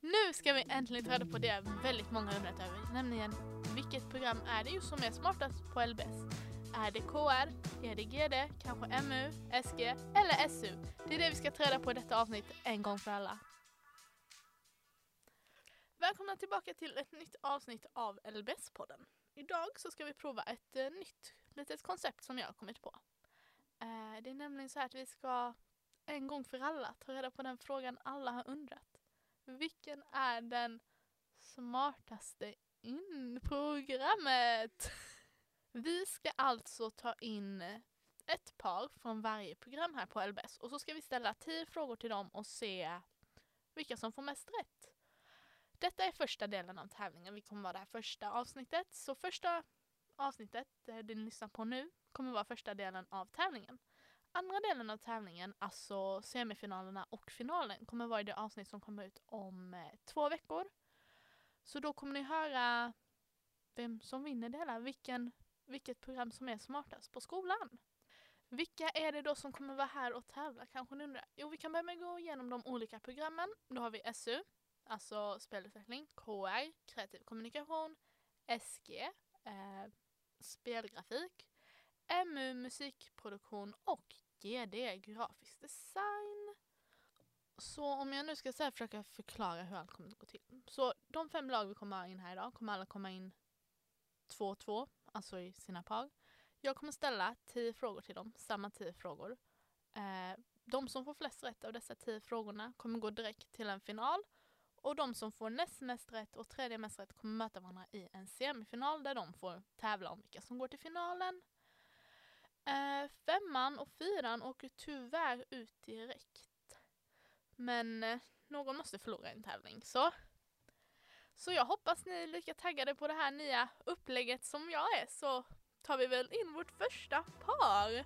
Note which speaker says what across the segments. Speaker 1: nu ska vi äntligen ta reda på det väldigt många undrat över, nämligen vilket program är det ju som är smartast på LBS? Är det E KR, är det GD, kanske MU, SG eller SU? Det är det vi ska ta reda på i detta avsnitt en gång för alla. Välkomna tillbaka till ett nytt avsnitt av LBS-podden. Idag så ska vi prova ett eh, nytt litet koncept som jag har kommit på. Eh, det är nämligen så här att vi ska en gång för alla ta reda på den frågan alla har undrat. Vilken är den smartaste in programmet? Vi ska alltså ta in ett par från varje program här på LBS och så ska vi ställa tio frågor till dem och se vilka som får mest rätt. Detta är första delen av tävlingen. Vi kommer vara det här första avsnittet. Så första avsnittet, eh, det ni lyssnar på nu, kommer vara första delen av tävlingen. Andra delen av tävlingen, alltså semifinalerna och finalen, kommer vara i det avsnitt som kommer ut om eh, två veckor. Så då kommer ni höra vem som vinner det hela, vilken, vilket program som är smartast på skolan. Vilka är det då som kommer vara här och tävla kanske ni undrar? Jo, vi kan börja med att gå igenom de olika programmen. Då har vi SU, alltså spelutveckling, KR, kreativ kommunikation, SG, eh, spelgrafik, MU, musikproduktion och GD, grafisk design. Så om jag nu ska så här försöka förklara hur allt kommer att gå till. Så de fem lag vi kommer ha in här idag kommer alla komma in två och två, alltså i sina par. Jag kommer ställa tio frågor till dem, samma tio frågor. Eh, de som får flest rätt av dessa tio frågorna kommer gå direkt till en final och de som får näst mest rätt och tredje mest rätt kommer möta varandra i en semifinal där de får tävla om vilka som går till finalen. Eh, femman och fyran åker tyvärr ut direkt. Men eh, någon måste förlora en tävling så. Så jag hoppas ni är lika taggade på det här nya upplägget som jag är så tar vi väl in vårt första par.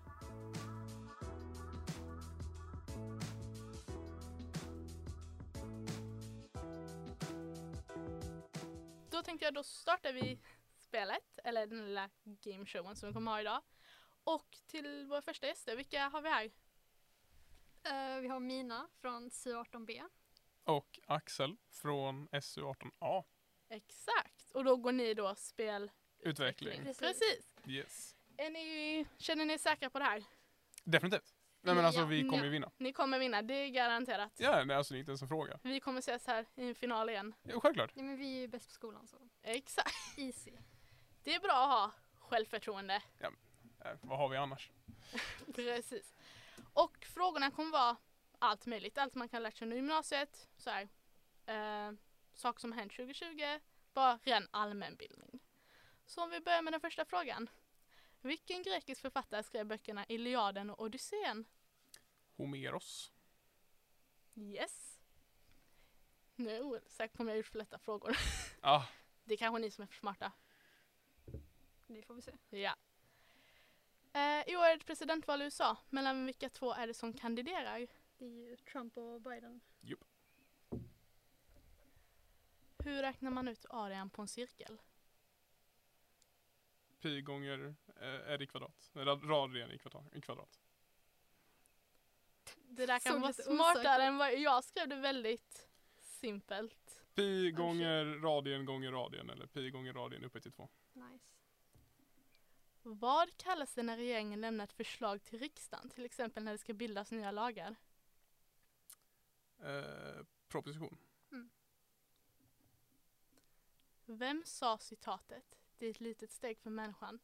Speaker 1: Då tänkte jag då startar vi spelet, eller den lilla gameshowen som vi kommer ha idag. Och till våra första gäster, vilka har vi här?
Speaker 2: Eh, vi har Mina från SU18B.
Speaker 3: och Axel från SU18A.
Speaker 1: Exakt, och då går ni då spel...
Speaker 3: Utveckling.
Speaker 1: Precis.
Speaker 2: Precis.
Speaker 3: Yes.
Speaker 1: Är ni, känner ni er säkra på det här?
Speaker 3: Definitivt. Nej men alltså
Speaker 2: Ja.
Speaker 3: vi kommer
Speaker 1: Ja.
Speaker 3: ju vinna.
Speaker 1: Ni kommer vinna, det är garanterat.
Speaker 3: Ja, nej, alltså det är inte ens en fråga.
Speaker 1: Vi kommer ses här i en final igen.
Speaker 3: Ja, självklart.
Speaker 2: Nej, men vi är ju bäst på skolan så.
Speaker 1: Exakt.
Speaker 2: Easy.
Speaker 1: Det är bra att ha självförtroende.
Speaker 3: Eh, vad har vi annars?
Speaker 1: Precis. Och frågorna kommer vara allt möjligt. Allt man kan lära sig under gymnasiet. Så här, eh, saker som har hänt 2020. Bara ren allmänbildning. Så om vi börjar med den första frågan. Vilken grekisk författare skrev böckerna Iliaden och Odysseen?
Speaker 3: Homeros.
Speaker 1: Yes. Nu är jag osäker på om jag har gjort för lätta frågor.
Speaker 3: Ah,
Speaker 1: Det är kanske ni som är för smarta.
Speaker 2: Det får vi se.
Speaker 1: Ja. Eh, I år är det presidentval i USA. Mellan vilka två är det som kandiderar?
Speaker 2: Det är ju Trump och Biden.
Speaker 1: Hur räknar man ut arean på en cirkel?
Speaker 3: pi gånger eh, r i kvadrat. Nej, rad- Radien i kvadrat. I kvadrat.
Speaker 1: Det där kan
Speaker 2: Såg
Speaker 1: vara
Speaker 2: lite
Speaker 1: smartare
Speaker 2: osäker.
Speaker 1: än vad jag skrev det väldigt simpelt.
Speaker 3: Pi gånger radien gånger radien eller pi gånger radien uppe till två.
Speaker 2: Nice.
Speaker 1: Vad kallas det när regeringen lämnar ett förslag till riksdagen, till exempel när det ska bildas nya lagar?
Speaker 3: Eh, proposition.
Speaker 1: Vem sa citatet “Det är ett litet steg för människan,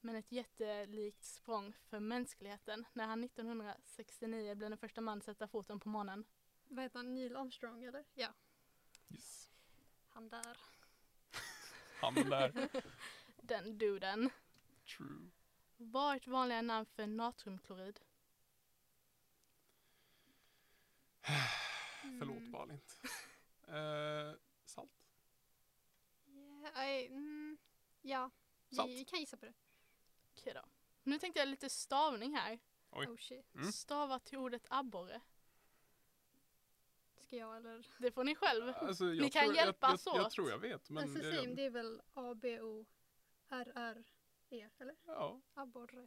Speaker 1: men ett jättelikt språng för mänskligheten” när han 1969 blev den första man att sätta foten på månen?
Speaker 2: Vad heter han? Neil Armstrong eller? Ja,
Speaker 3: Yes.
Speaker 2: han där.
Speaker 3: Han där.
Speaker 1: Den duden.
Speaker 3: True.
Speaker 1: Vad är ett vanligare namn för natriumklorid?
Speaker 3: Mm.
Speaker 2: Mm.
Speaker 3: Förlåt Balint. Eh, salt.
Speaker 2: Ja, nej, mm, ja.
Speaker 3: Sant.
Speaker 2: Vi kan gissa på det.
Speaker 1: Okej då. Nu tänkte jag lite stavning här.
Speaker 3: Oj.
Speaker 2: Oh shit.
Speaker 3: Mm.
Speaker 1: Stava till ordet abborre.
Speaker 2: Ska jag eller?
Speaker 1: Det får ni själv.
Speaker 3: Alltså, jag
Speaker 1: Ni kan
Speaker 3: tror,
Speaker 1: hjälpas
Speaker 3: jag, jag,
Speaker 1: åt.
Speaker 3: jag, jag tror jag vet men...
Speaker 2: alltså
Speaker 3: jag-
Speaker 2: sim, det är väl A, B, O, R, R, E eller?
Speaker 3: ja.
Speaker 2: Abborre.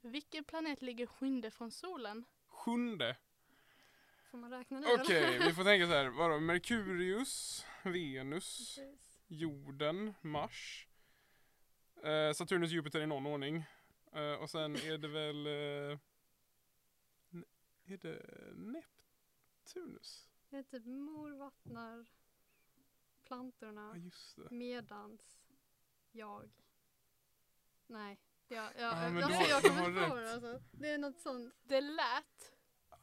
Speaker 1: Vilken planet ligger sjunde från solen?
Speaker 3: Sjunde.
Speaker 2: får man räkna nu. eller?
Speaker 3: Okej, vi får tänka så här. Vadå? Merkurius, Venus,
Speaker 2: Precis.
Speaker 3: jorden, Mars, eh, Saturnus, Jupiter i någon ordning. Eh, och sen är det väl... Eh, n- är det Neptunus?
Speaker 2: Det är typ mor vattnar
Speaker 3: Ja,
Speaker 2: plantorna
Speaker 3: just det.
Speaker 2: medans jag. Nej. Jag, jag,
Speaker 3: Ja, men
Speaker 2: jag,
Speaker 3: du
Speaker 2: jag,
Speaker 3: har-
Speaker 2: jag
Speaker 3: du
Speaker 2: kommer
Speaker 3: har
Speaker 2: inte på
Speaker 3: rätt.
Speaker 2: det alltså. Det är något sånt.
Speaker 1: Det lät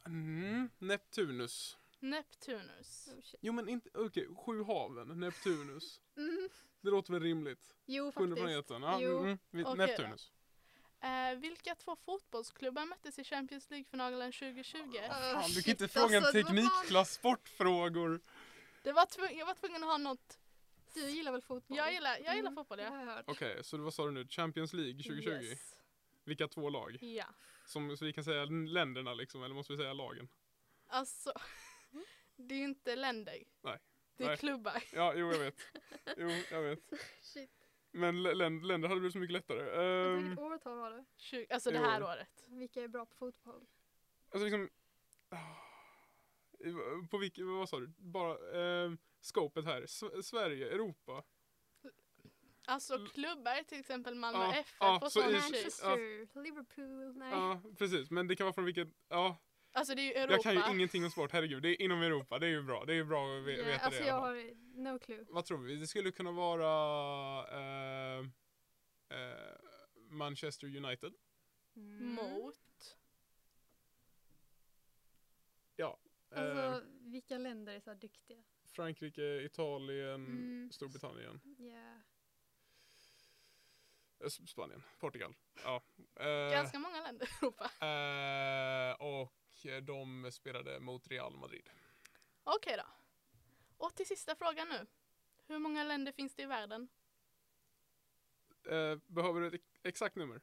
Speaker 3: Mm, Neptunus.
Speaker 1: Neptunus.
Speaker 2: Oh, shit.
Speaker 3: Jo men inte, okej, sju haven, Neptunus.
Speaker 1: Mm.
Speaker 3: Det låter väl rimligt?
Speaker 2: Jo
Speaker 3: Sjunde
Speaker 2: faktiskt.
Speaker 3: planeten, ja.
Speaker 2: Jo.
Speaker 3: Mm, vi-
Speaker 1: Okej då.
Speaker 3: Neptunus.
Speaker 1: Eh, vilka två fotbollsklubbar möttes i Champions League-finalen 2020?
Speaker 3: Fan, du
Speaker 2: shit,
Speaker 3: kan inte fråga en
Speaker 2: alltså, vad fan.
Speaker 3: teknikklass sportfrågor.
Speaker 1: Det var tvung- jag var tvungen att ha något.
Speaker 2: Du gillar väl fotboll?
Speaker 1: Jag gillar, jag gillar
Speaker 2: Mm.
Speaker 1: fotboll,
Speaker 2: Det
Speaker 1: ja.
Speaker 2: har jag hört.
Speaker 3: Okej, så vad sa du nu? Champions League 2020?
Speaker 1: Yes.
Speaker 3: Vilka två lag?
Speaker 1: Ja.
Speaker 3: Som, så vi kan säga länderna liksom, eller måste vi säga lagen?
Speaker 1: Alltså, det är ju inte länder.
Speaker 3: Nej.
Speaker 1: Det är
Speaker 3: Nej.
Speaker 1: klubbar.
Speaker 3: Ja, jo jag vet. Jo, jag vet.
Speaker 2: Shit.
Speaker 3: Men lä- län- länder hade blivit så mycket lättare.
Speaker 2: Um,
Speaker 3: Ehm,
Speaker 2: vilket årtal var det?
Speaker 1: 20, alltså det här
Speaker 3: Jo.
Speaker 1: året.
Speaker 2: Vilka är bra på fotboll?
Speaker 3: alltså liksom... ah, På vilket, vad sa du? Bara, ehm, skåpet här. S- Sverige, Europa.
Speaker 1: Alltså
Speaker 3: L-
Speaker 1: klubbar, till exempel Malmö
Speaker 3: Mm. Ja,
Speaker 1: FF
Speaker 3: ja,
Speaker 1: och
Speaker 3: så
Speaker 1: sådana
Speaker 3: i-
Speaker 1: tjus.
Speaker 2: Manchester, Liverpool, nej.
Speaker 3: Ja, precis. Men det kan vara från vilket, ja.
Speaker 1: Alltså det är ju Europa.
Speaker 3: Jag kan ju ingenting om sport, herregud. Det är inom Europa, det är ju bra. Det är ju bra att ve-
Speaker 2: Ja,
Speaker 3: veta
Speaker 2: alltså
Speaker 3: det. i
Speaker 2: jag
Speaker 3: alla fall.
Speaker 2: har no clue.
Speaker 3: Vad tror vi? Det skulle kunna vara ehm, eh, Manchester United.
Speaker 2: Mm.
Speaker 1: Mot.
Speaker 3: Ehm,
Speaker 2: Alltså vilka länder är så här duktiga?
Speaker 3: Frankrike, Italien,
Speaker 2: Mm.
Speaker 3: Storbritannien,
Speaker 2: Yeah.
Speaker 3: eh, S- Spanien, Portugal. Ja. Eh,
Speaker 1: Ganska många länder i Europa.
Speaker 3: eh, och eh, de spelade mot Real Madrid.
Speaker 1: Okej då. Och till sista frågan nu. Hur många länder finns det i världen?
Speaker 3: Eh, behöver du ett ex- exakt nummer?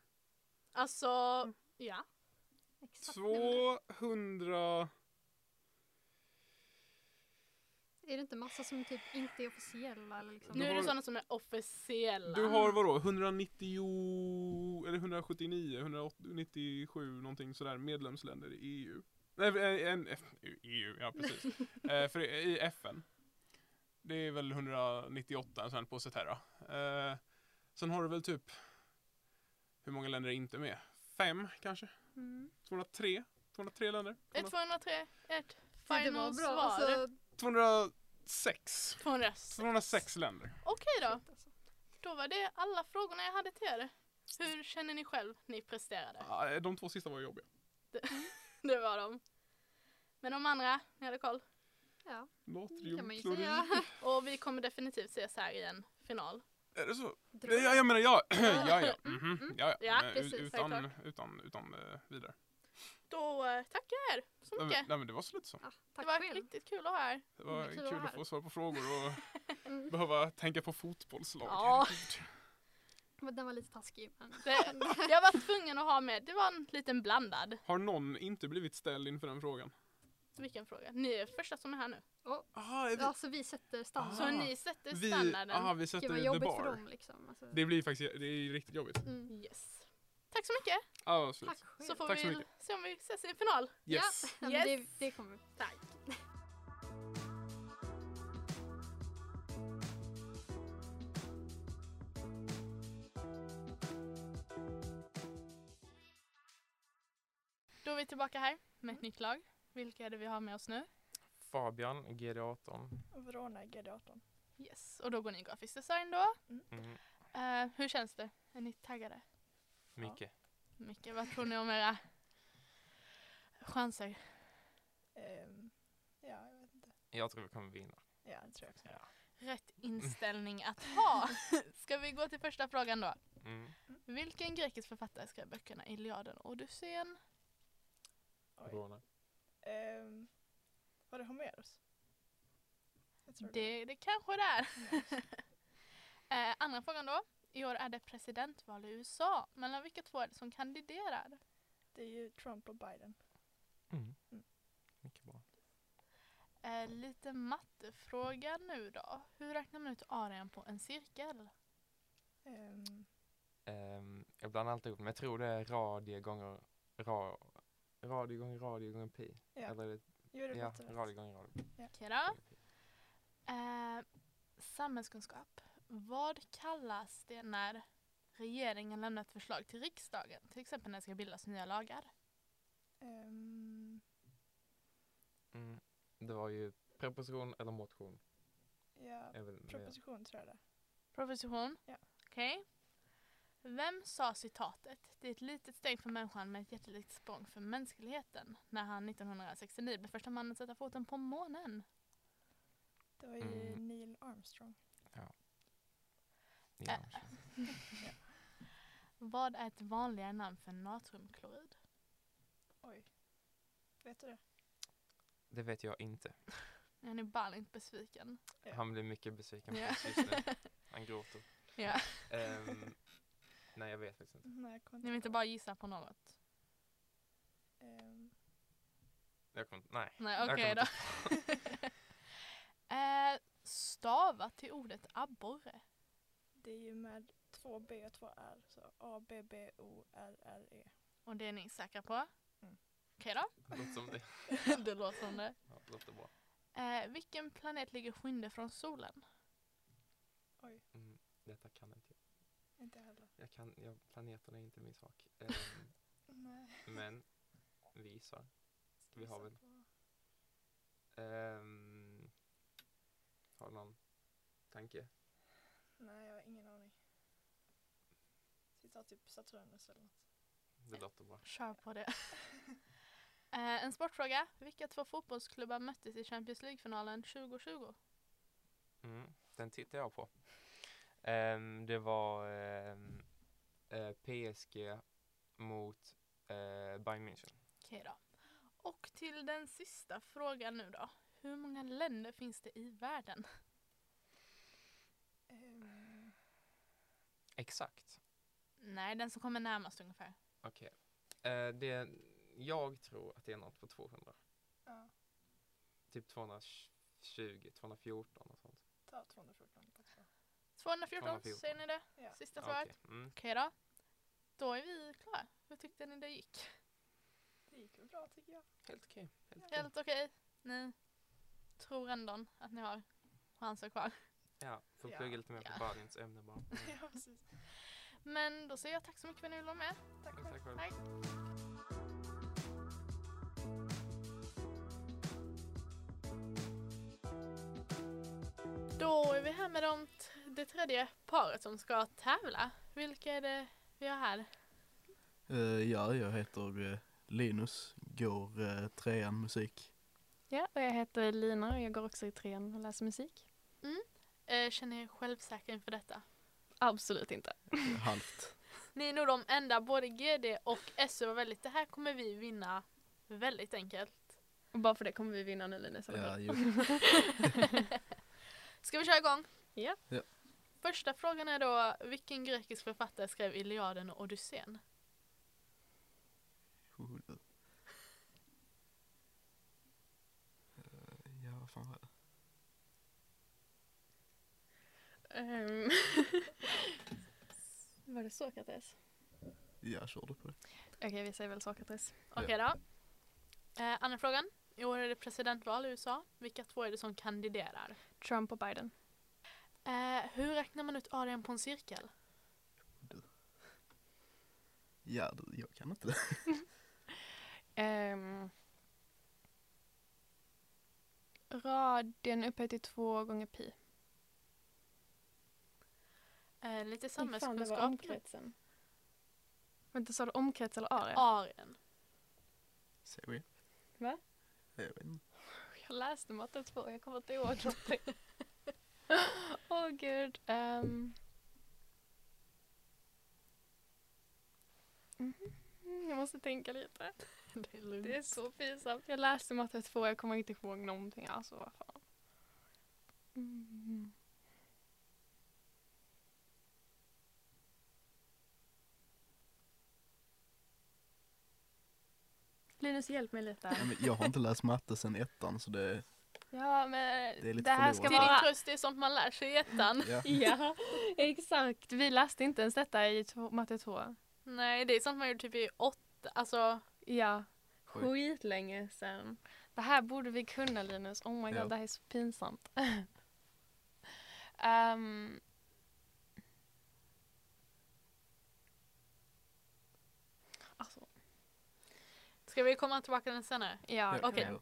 Speaker 1: Alltså,
Speaker 2: Mm.
Speaker 1: ja.
Speaker 2: Exakt nummer.
Speaker 3: 200...
Speaker 2: Är det inte massa som typ inte är officiella? Eller liksom?
Speaker 1: Nu är
Speaker 3: har-
Speaker 1: det sådana som är officiella.
Speaker 3: Du har vadå? 190... Eller 179, 197 någonting sådär medlemsländer i EU. Nej, eh, en, F, EU, ja precis. eh, för i FN. Det är väl 198 sen på Cetera. Eh, sen har du väl typ, hur många länder är inte med? Fem kanske?
Speaker 2: Mm.
Speaker 3: 203? 203 länder?
Speaker 1: Ett 203, ett
Speaker 2: Det var
Speaker 1: final
Speaker 2: bra.
Speaker 1: svar.
Speaker 2: Alltså,
Speaker 3: 206.
Speaker 1: 206.
Speaker 3: 206 länder.
Speaker 1: Okej då.
Speaker 2: shit, alltså.
Speaker 1: Då var det alla frågorna jag hade till er. Hur känner ni själv ni presterade?
Speaker 3: Ah, De två sista var jobbiga.
Speaker 1: Det var de. Men de andra, ni hade koll.
Speaker 2: Ja, det kan man ju
Speaker 3: Natriumklorid.
Speaker 2: säga.
Speaker 1: Och vi kommer definitivt ses här i en final.
Speaker 3: Är det så?
Speaker 2: Dra.
Speaker 3: Ja, jag menar ja. ja, ja. Mhm, ja,
Speaker 1: Ja,
Speaker 3: Men
Speaker 1: precis,
Speaker 3: ut- utan,
Speaker 1: självklart.
Speaker 3: utan, utan eh, vidare.
Speaker 1: Då eh, tackar jag er så
Speaker 3: Nej,
Speaker 1: mycket.
Speaker 3: men, nej, men det var så lite så.
Speaker 2: Ja,
Speaker 1: Det
Speaker 2: tack
Speaker 1: var
Speaker 2: själv.
Speaker 1: riktigt kul att ha er.
Speaker 3: Det var
Speaker 2: kul att
Speaker 3: kul
Speaker 2: vara
Speaker 3: att
Speaker 2: här.
Speaker 3: få svara på frågor och
Speaker 2: Mm.
Speaker 3: behöva tänka på fotbollslag.
Speaker 1: Ja.
Speaker 3: Gud.
Speaker 2: Men Den var lite taskig. Men...
Speaker 1: Det, jag var tvungen att ha med, det var en liten blandad.
Speaker 3: Har någon inte blivit ställd inför den frågan?
Speaker 1: Vilken fråga. Ni är första som är här nu.
Speaker 3: Aha, är vi,
Speaker 2: Alltså vi sätter standard.
Speaker 1: Så
Speaker 3: Ah,
Speaker 1: ni sätter
Speaker 3: vi,
Speaker 1: standarden.
Speaker 3: aha, vi
Speaker 2: det
Speaker 3: sätter
Speaker 2: var
Speaker 3: the
Speaker 2: jobbigt för
Speaker 3: bar.
Speaker 2: dem liksom. Alltså.
Speaker 3: Det blir faktiskt det är riktigt jobbigt.
Speaker 2: Mm.
Speaker 1: Yes. Tack så mycket.
Speaker 3: Ja, absolut.
Speaker 2: Tack själv.
Speaker 1: Så får
Speaker 3: Tack så
Speaker 1: vi
Speaker 3: mycket.
Speaker 1: se om vi ses i en final.
Speaker 3: Yes.
Speaker 2: Ja, nej, men
Speaker 1: Yes.
Speaker 2: det, det kommer.
Speaker 1: Tack. Då är vi tillbaka här med ett nytt lag. Vilka är det vi har med oss nu?
Speaker 4: Fabian, GD18.
Speaker 5: Verona GD18.
Speaker 1: Yes, och då går ni i grafisk design då.
Speaker 4: Mm.
Speaker 1: Eh, hur känns det? Är ni taggade?
Speaker 4: Micke.
Speaker 1: Micke, vad tror ni om era chanser?
Speaker 5: Ehm, ja, jag vet inte.
Speaker 4: Jag tror vi kommer vinna.
Speaker 5: Ja, det tror jag också.
Speaker 1: Rätt inställning att ha. Ska vi gå till första frågan då?
Speaker 4: Mm.
Speaker 1: Vilken grekisk författare skrev böckerna Iliaden och Odysseen?
Speaker 5: Oj. Ehm, var det Homeros? Jag tror det.
Speaker 1: Det, det kanske det är. eh, andra frågan då. I år är det presidentval i USA. Mellan vilka två är det som kandiderar?
Speaker 5: Det är ju Trump och Biden.
Speaker 4: Mm.
Speaker 5: Mm.
Speaker 4: Mycket bra.
Speaker 1: Eh, lite mattefråga nu då. Hur räknar man ut arean på en cirkel?
Speaker 5: Ehm,
Speaker 4: Ehm, jag blandar alltid ihop men jag tror det är radie gånger ra, radio gånger radio gånger pi.
Speaker 5: Ja.
Speaker 4: Eller är det
Speaker 5: Jo, det
Speaker 4: Ja,
Speaker 5: låter rätt.
Speaker 4: rad gånger rad.
Speaker 1: Okej då. Eh, samhällskunskap. Vad kallas det när regeringen lämnar ett förslag till riksdagen? Till exempel när det ska bildas nya lagar.
Speaker 5: Ehm,
Speaker 4: Mm. Det var ju preposition eller motion.
Speaker 5: ja,
Speaker 4: Är väl med.
Speaker 5: proposition tror jag det är.
Speaker 1: Proposition.
Speaker 5: Ja.
Speaker 1: Okej. Vem sa citatet? Det är ett litet steg för människan men ett jättelikt språng för mänskligheten. När han 1969 blev första mannen att sätta foten på månen.
Speaker 5: Det var ju
Speaker 4: Mm.
Speaker 5: Neil Armstrong.
Speaker 4: Ja,
Speaker 1: Äh.
Speaker 4: så.
Speaker 1: Vad är ett vanligare namn för natriumklorid?
Speaker 5: Oj. Vet du det?
Speaker 4: Det vet jag inte.
Speaker 1: Jag är nu bara inte besviken.
Speaker 5: Ja.
Speaker 4: Han blir mycket besviken på
Speaker 1: Ja.
Speaker 4: oss just nu. Han gråter.
Speaker 1: Ja.
Speaker 4: Ehm, nej, jag vet faktiskt inte.
Speaker 5: Mm, Nej, jag kommer
Speaker 1: Ni vill inte
Speaker 5: på.
Speaker 1: bara gissa på något?
Speaker 5: Ehm,
Speaker 4: Jag kommer, nej.
Speaker 5: Mm.
Speaker 1: Nej,
Speaker 4: Jag
Speaker 1: okej
Speaker 4: kommer
Speaker 1: då. eh, stava till ordet abborre.
Speaker 5: det är ju med två B och två R. Så A, B, B, O, R, R, E.
Speaker 1: Och det är ni säkra på?
Speaker 5: Mm.
Speaker 1: Okej
Speaker 4: Det låter som det.
Speaker 1: då. det låter som det.
Speaker 4: Ja, det låter bra.
Speaker 1: Eh, vilken planet ligger skynde från solen?
Speaker 5: Oj,
Speaker 4: Mm, detta kan inte jag.
Speaker 5: inte jag heller.
Speaker 4: Jag kan, jag, planeterna är inte min sak. Ehm,
Speaker 5: Nej.
Speaker 4: men vi gissar. Vi har väl.
Speaker 5: Gissa på-
Speaker 4: Ehm, har du någon tanke?
Speaker 5: Nej, jag har ingen aning. Titta typ Saturnus eller något.
Speaker 4: Det låter bra.
Speaker 1: Kör på det. eh, en sportfråga. Vilka två fotbollsklubbar möttes i Champions League-finalen 2020?
Speaker 4: Mm, den tittar jag på. Ehm, det var ehm, eh, PSG mot eh, Bayern München.
Speaker 1: Okej då. Och till den sista frågan nu då. Hur många länder finns det i världen?
Speaker 5: Ehm,
Speaker 4: Exakt.
Speaker 1: Nej, den som kommer närmast ungefär.
Speaker 4: Okej. Eh, det, jag tror att det är något på 200.
Speaker 5: ja,
Speaker 4: Typ 220, 214 och sånt.
Speaker 5: ta 214 på två.
Speaker 1: 214,
Speaker 4: 214.
Speaker 1: säger ni det?
Speaker 5: Ja.
Speaker 1: Sista
Speaker 4: Ja,
Speaker 1: svaret.
Speaker 4: okej. Mm.
Speaker 1: Okej då. Då är vi klara. Hur tyckte ni det gick?
Speaker 5: Det gick väl bra tycker jag.
Speaker 4: Helt okej. Helt okej.
Speaker 1: Helt okej? Ni tror ändå att ni har chanser kvar.
Speaker 4: Ja, får
Speaker 5: Ja.
Speaker 4: plugga lite mer på
Speaker 1: Ja.
Speaker 4: Badins ämne bara. Mm.
Speaker 5: ja, precis.
Speaker 1: Men då säger jag tack så mycket för att ni ville vara med.
Speaker 5: Tack själv.
Speaker 4: Tack själv.
Speaker 1: Tack. Då är vi här med de t- det tredje paret som ska tävla. Vilka är det vi har här?
Speaker 6: Eh, ja, jag heter eh, Linus, går eh, trean musik.
Speaker 7: Ja, och jag heter Lina och jag går också i trean och läser musik.
Speaker 1: Eh, känner ni er självsäkra inför detta?
Speaker 7: Absolut inte.
Speaker 6: Eh, Halvt.
Speaker 1: Ni är nog de enda, både GD och SU var väldigt, det här kommer vi vinna väldigt enkelt.
Speaker 7: Och bara för det kommer vi vinna nu Linus. eller
Speaker 6: Ja,
Speaker 7: hur?
Speaker 6: jo.
Speaker 1: Ska vi köra igång?
Speaker 7: Ja.
Speaker 6: Ja.
Speaker 1: Första frågan är då, vilken grekisk författare skrev Iliaden och Odysseen?
Speaker 6: Oh, du. Eh, Ja, vad fan var det?
Speaker 7: Ehm. Var det Sokrates?
Speaker 6: Ja, körde på det.
Speaker 7: Okej, vi säger väl Sokrates.
Speaker 6: Ja.
Speaker 1: Okej då. Eh, andra frågan. I år är det presidentval i USA. Vilka två är det som kandiderar?
Speaker 7: Trump och Biden.
Speaker 1: Eh, hur räknar man ut arean på en cirkel?
Speaker 6: Ja, du, jag kan inte det.
Speaker 7: Ehm. Radien upphöjt till två gånger pi.
Speaker 1: Eh, lite
Speaker 7: Nej, fan, det var
Speaker 1: samhällskunskap. nu.
Speaker 7: omkretsen. Vänta, sa du omkrets eller area?
Speaker 1: Arean.
Speaker 6: Ser vi.
Speaker 7: Va?
Speaker 6: Jag vet inte.
Speaker 7: Jag läste matte 2, jag kommer inte ihåg någonting. Åh gud. ehm. Mhm, jag måste tänka lite.
Speaker 1: det är lugnt.
Speaker 7: Det är så pinsamt. Jag läste matte 2, jag kommer inte ihåg någonting. Alltså vad fan. Mm. Linus, hjälp mig lite.
Speaker 6: Ja, men jag har inte läst matte sen ettan så det...
Speaker 7: Ja, men
Speaker 6: Det är
Speaker 7: det,
Speaker 6: lite
Speaker 7: här ska
Speaker 1: Till
Speaker 6: förlorat.
Speaker 7: vara...
Speaker 1: din tröst, det är sånt man lär sig i
Speaker 7: Mm.
Speaker 1: ettan.
Speaker 6: Ja,
Speaker 7: Ja, exakt. Vi läste inte ens detta i två- matte 2.
Speaker 1: Nej, det är sånt man gjorde typ i åtta, alltså
Speaker 7: Ja,
Speaker 6: Oj.
Speaker 7: skitlänge sedan. Det här borde vi kunna Linus. Oh my god,
Speaker 6: Ja.
Speaker 7: det här är så pinsamt. Ehm. alltså,
Speaker 1: Ska vi komma tillbaka till den senare?
Speaker 7: ja, det kan
Speaker 1: okej.
Speaker 7: jag.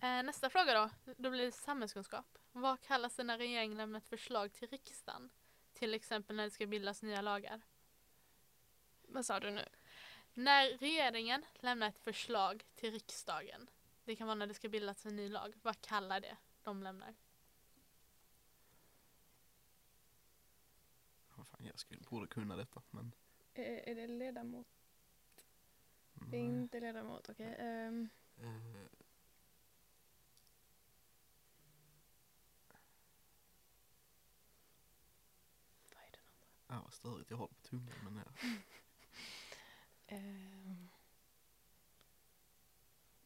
Speaker 6: Ja.
Speaker 1: Eh, nästa fråga då. Då blir det samhällskunskap. Vad kallas det när regeringen lämnar ett förslag till riksdagen? Till exempel när det ska bildas nya lagar.
Speaker 7: Vad sa du nu?
Speaker 1: När regeringen lämnar ett förslag till riksdagen. Det kan vara när det ska bildas en ny lag. Vad kallar det de lämnar?
Speaker 6: Vad fan, jag skulle, borde kunna detta, men...
Speaker 7: Eh,
Speaker 5: Är, är det ledamot?
Speaker 7: Det är inte ledamot, okej. ehm,
Speaker 6: Eh,
Speaker 7: vad är det nu?
Speaker 6: ah, vad störigt, jag håller på tungan, men ja.
Speaker 7: Ehm,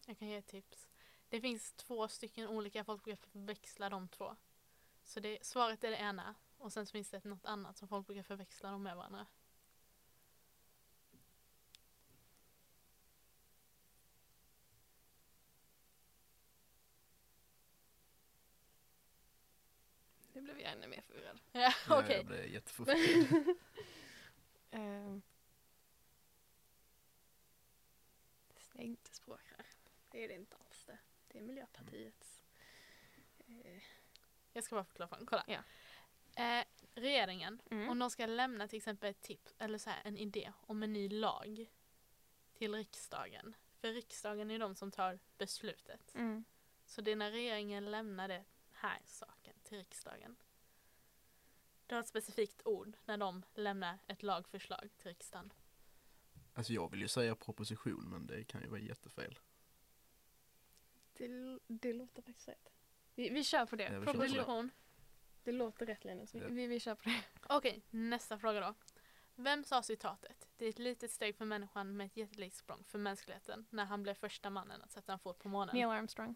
Speaker 1: Jag kan ge ett tips. Det finns två stycken olika, folk brukar förväxla de två. Så det, svaret är det ena och sen så finns det något annat som folk brukar förväxla dem med varandra.
Speaker 7: nu blev jag ännu mer förvirrad.
Speaker 1: Ja,
Speaker 6: Ja,
Speaker 1: okej.
Speaker 6: Jag blev jätteförvirrad.
Speaker 7: Ehm. Snyggt språk här. Det är det inte alls det. Det är Miljöpartiets. eh,
Speaker 1: Jag ska bara förklara för honom. Kolla.
Speaker 7: Ja.
Speaker 1: Eh, regeringen,
Speaker 7: Mm.
Speaker 1: om de ska lämna till exempel ett tips eller så här, en idé om en ny lag till riksdagen. För riksdagen är de som tar beslutet.
Speaker 7: Mm.
Speaker 1: Så det är när regeringen lämnar det här saken till riksdagen. Det har ett specifikt ord när de lämnar ett lagförslag till riksdagen.
Speaker 6: alltså jag vill ju säga proposition, men det kan ju vara jättefel.
Speaker 7: Det, l- det låter faktiskt rätt. Vi, vi kör på det.
Speaker 6: Ja, vi kör på det.
Speaker 7: Proposition.
Speaker 1: Proposition.
Speaker 7: Det låter rätt Linus. Vi,
Speaker 6: Ja.
Speaker 7: vi, vi kör på det.
Speaker 1: Okej, nästa fråga då. Vem sa citatet? Det är ett litet steg för människan med ett jättelikt språng för mänskligheten när han blev första mannen att sätta en fot på månen.
Speaker 7: Neil Armstrong.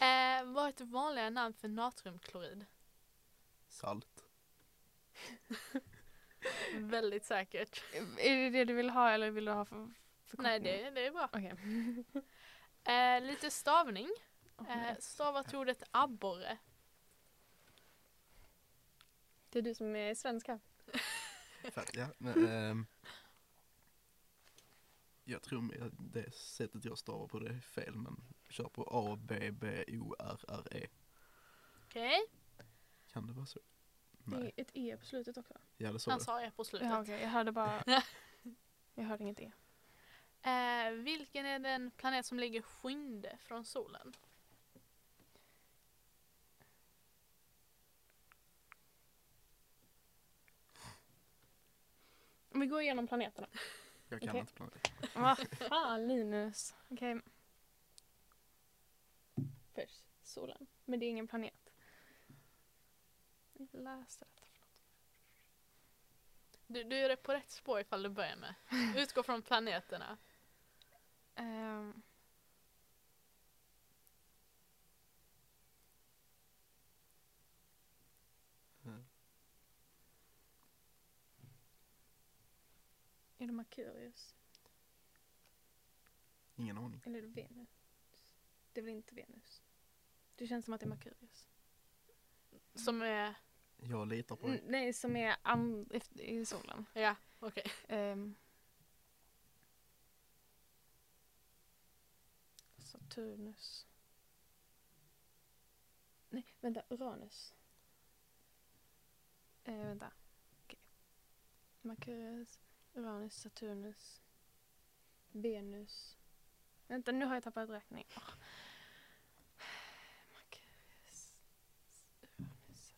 Speaker 1: Eh, vad är ett vanligare namn för natriumklorid?
Speaker 6: Salt.
Speaker 1: Väldigt säkert.
Speaker 7: Eh, Är det det du vill ha eller vill du ha för,
Speaker 1: Nej,
Speaker 7: förkortning?
Speaker 1: det, det är bra.
Speaker 7: Okej.
Speaker 1: Eh, lite stavning.
Speaker 7: Åh, nej.
Speaker 1: Eh, stava till ordet abborre.
Speaker 7: det är du som är svenska.
Speaker 6: Fan, ja, men, ehm, jag tror med det sättet jag stavar på det är fel, men kör på A, B, B, O, R, R, E.
Speaker 1: Okej,
Speaker 6: Kan det vara så?
Speaker 5: Det är
Speaker 7: Mm.
Speaker 6: Nej,
Speaker 5: ett E på slutet också.
Speaker 6: ja det sa
Speaker 1: han
Speaker 6: jag.
Speaker 1: sa det på slutet.
Speaker 7: Ja, okej. Jag hörde bara... jag hörde inget E.
Speaker 1: Eh, vilken är den planet som ligger skynde från solen?
Speaker 5: Om vi går igenom planeterna.
Speaker 6: Jag kan
Speaker 7: okej.
Speaker 6: inte planera.
Speaker 7: Vad fan Linus. Okej.
Speaker 5: Först solen.
Speaker 7: Men det är ingen planet. Jag läste detta.
Speaker 1: Du, du är på rätt spår ifall du börjar med. Utgå från planeterna.
Speaker 7: Ehm.
Speaker 6: Mm.
Speaker 5: Är det Merkurius?
Speaker 6: Ingen aning.
Speaker 5: Eller är det Venus? Det är väl inte Venus? Det känns som att det är
Speaker 7: Mm.
Speaker 5: Merkurius.
Speaker 1: Som är...
Speaker 6: Jag litar på
Speaker 7: Mm,
Speaker 6: det.
Speaker 7: Nej, som är and- efter- i solen.
Speaker 1: Ja, okej.
Speaker 7: Ehm. Saturnus.
Speaker 5: Nej, vänta. Uranus.
Speaker 7: Eh, vänta. Okej. Merkurius, Uranus, Saturnus.
Speaker 5: Venus.
Speaker 7: Vänta, nu har jag tappat räkning. Åh. Merkurius, Uranus, Saturnus,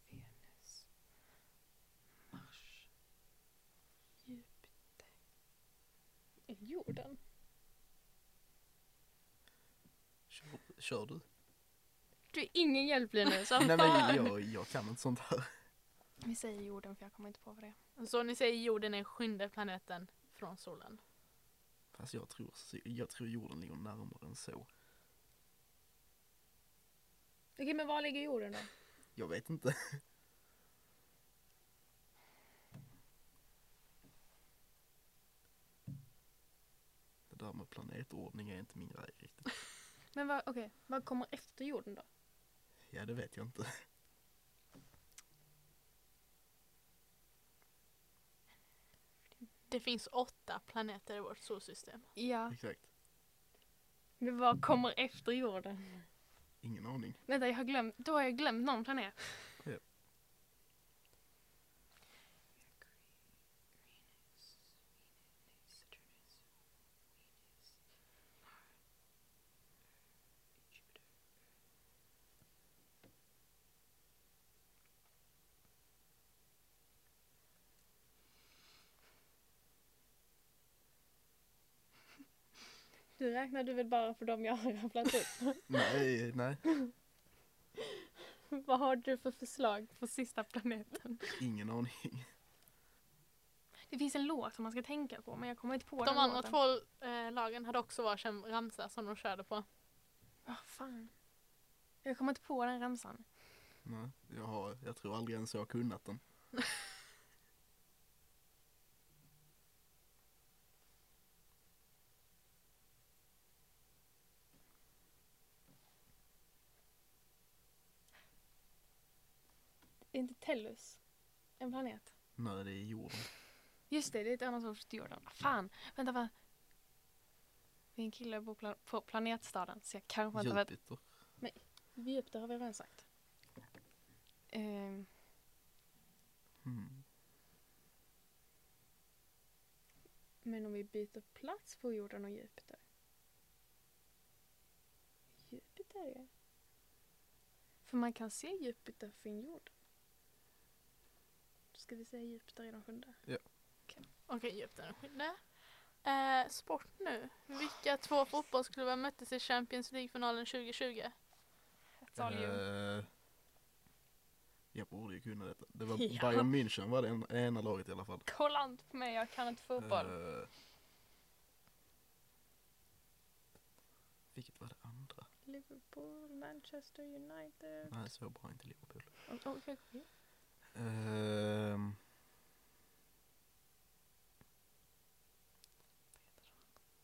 Speaker 7: Venus, Mars, Jupiter.
Speaker 5: Är det jorden?
Speaker 6: Kör, kör du?
Speaker 7: Du är ingen hjälp Linus. Alltså. vad
Speaker 6: Nej
Speaker 7: fan.
Speaker 6: men jag, jag kan inte sånt här.
Speaker 7: Vi säger jorden för jag kommer inte på vad det är.
Speaker 1: Så ni säger jorden är sjunde planeten från solen.
Speaker 6: Fast Alltså, jag tror, jag tror jorden ligger närmare än så.
Speaker 5: Okej, men var ligger jorden då?
Speaker 6: Jag vet inte. det där med planetordning är inte min grej riktigt.
Speaker 7: Men vad, okej, vad kommer efter jorden då?
Speaker 6: Ja, det vet jag inte.
Speaker 1: Det finns åtta planeter i vårt solsystem.
Speaker 7: Ja,
Speaker 6: Exakt.
Speaker 7: men vad kommer efter jorden?
Speaker 6: Ingen aning.
Speaker 7: Vänta, jag har glömt, då har jag glömt någon planet.
Speaker 6: Ja.
Speaker 7: Du räknar du väl bara för dem jag har rabblat upp?
Speaker 6: Nej, nej.
Speaker 7: vad har du för förslag på sista planeten?
Speaker 6: Ingen aning.
Speaker 7: Det finns en låt som man ska tänka på men jag kommer inte
Speaker 1: De
Speaker 7: på den
Speaker 1: andra
Speaker 7: låten.
Speaker 1: två eh, lagen hade också varsin ramsa som de körde på.
Speaker 7: Ah, fan. Jag kommer inte på den ramsan.
Speaker 6: Nej, jag, har, jag tror aldrig ens jag har kunnat den.
Speaker 7: Är inte Tellus en planet?
Speaker 6: Nej, det är jorden.
Speaker 7: Just det, det är ett annat ord för jorden. Ah, Fan, vänta vad? Min kille bor pla- på planetstaden så jag kanske inte vet.
Speaker 6: Jupiter.
Speaker 7: Djupt, det har vi redan sagt. Ehm,
Speaker 6: Mm.
Speaker 7: men om vi byter plats på jorden och Jupiter? Jupiter ja. För man kan se Jupiter från jorden. Ska vi säga Jupiter i den sjunde?
Speaker 1: Okej, Egypten och Chile. Eh, sport nu. Vilka två fotbollsklubbar möttes i Champions League-finalen 2020?
Speaker 5: Dalio.
Speaker 6: Eh, jag borde ju kunna detta. Det var
Speaker 7: Ja.
Speaker 6: Bayern München var det en- det ena laget i alla fall.
Speaker 5: Kolla inte på mig, jag kan inte fotboll.
Speaker 6: Eh, vilket var det andra?
Speaker 5: Liverpool, Manchester United.
Speaker 6: Nej, så bra är inte Liverpool.
Speaker 7: Och- och- och-
Speaker 6: Ehm,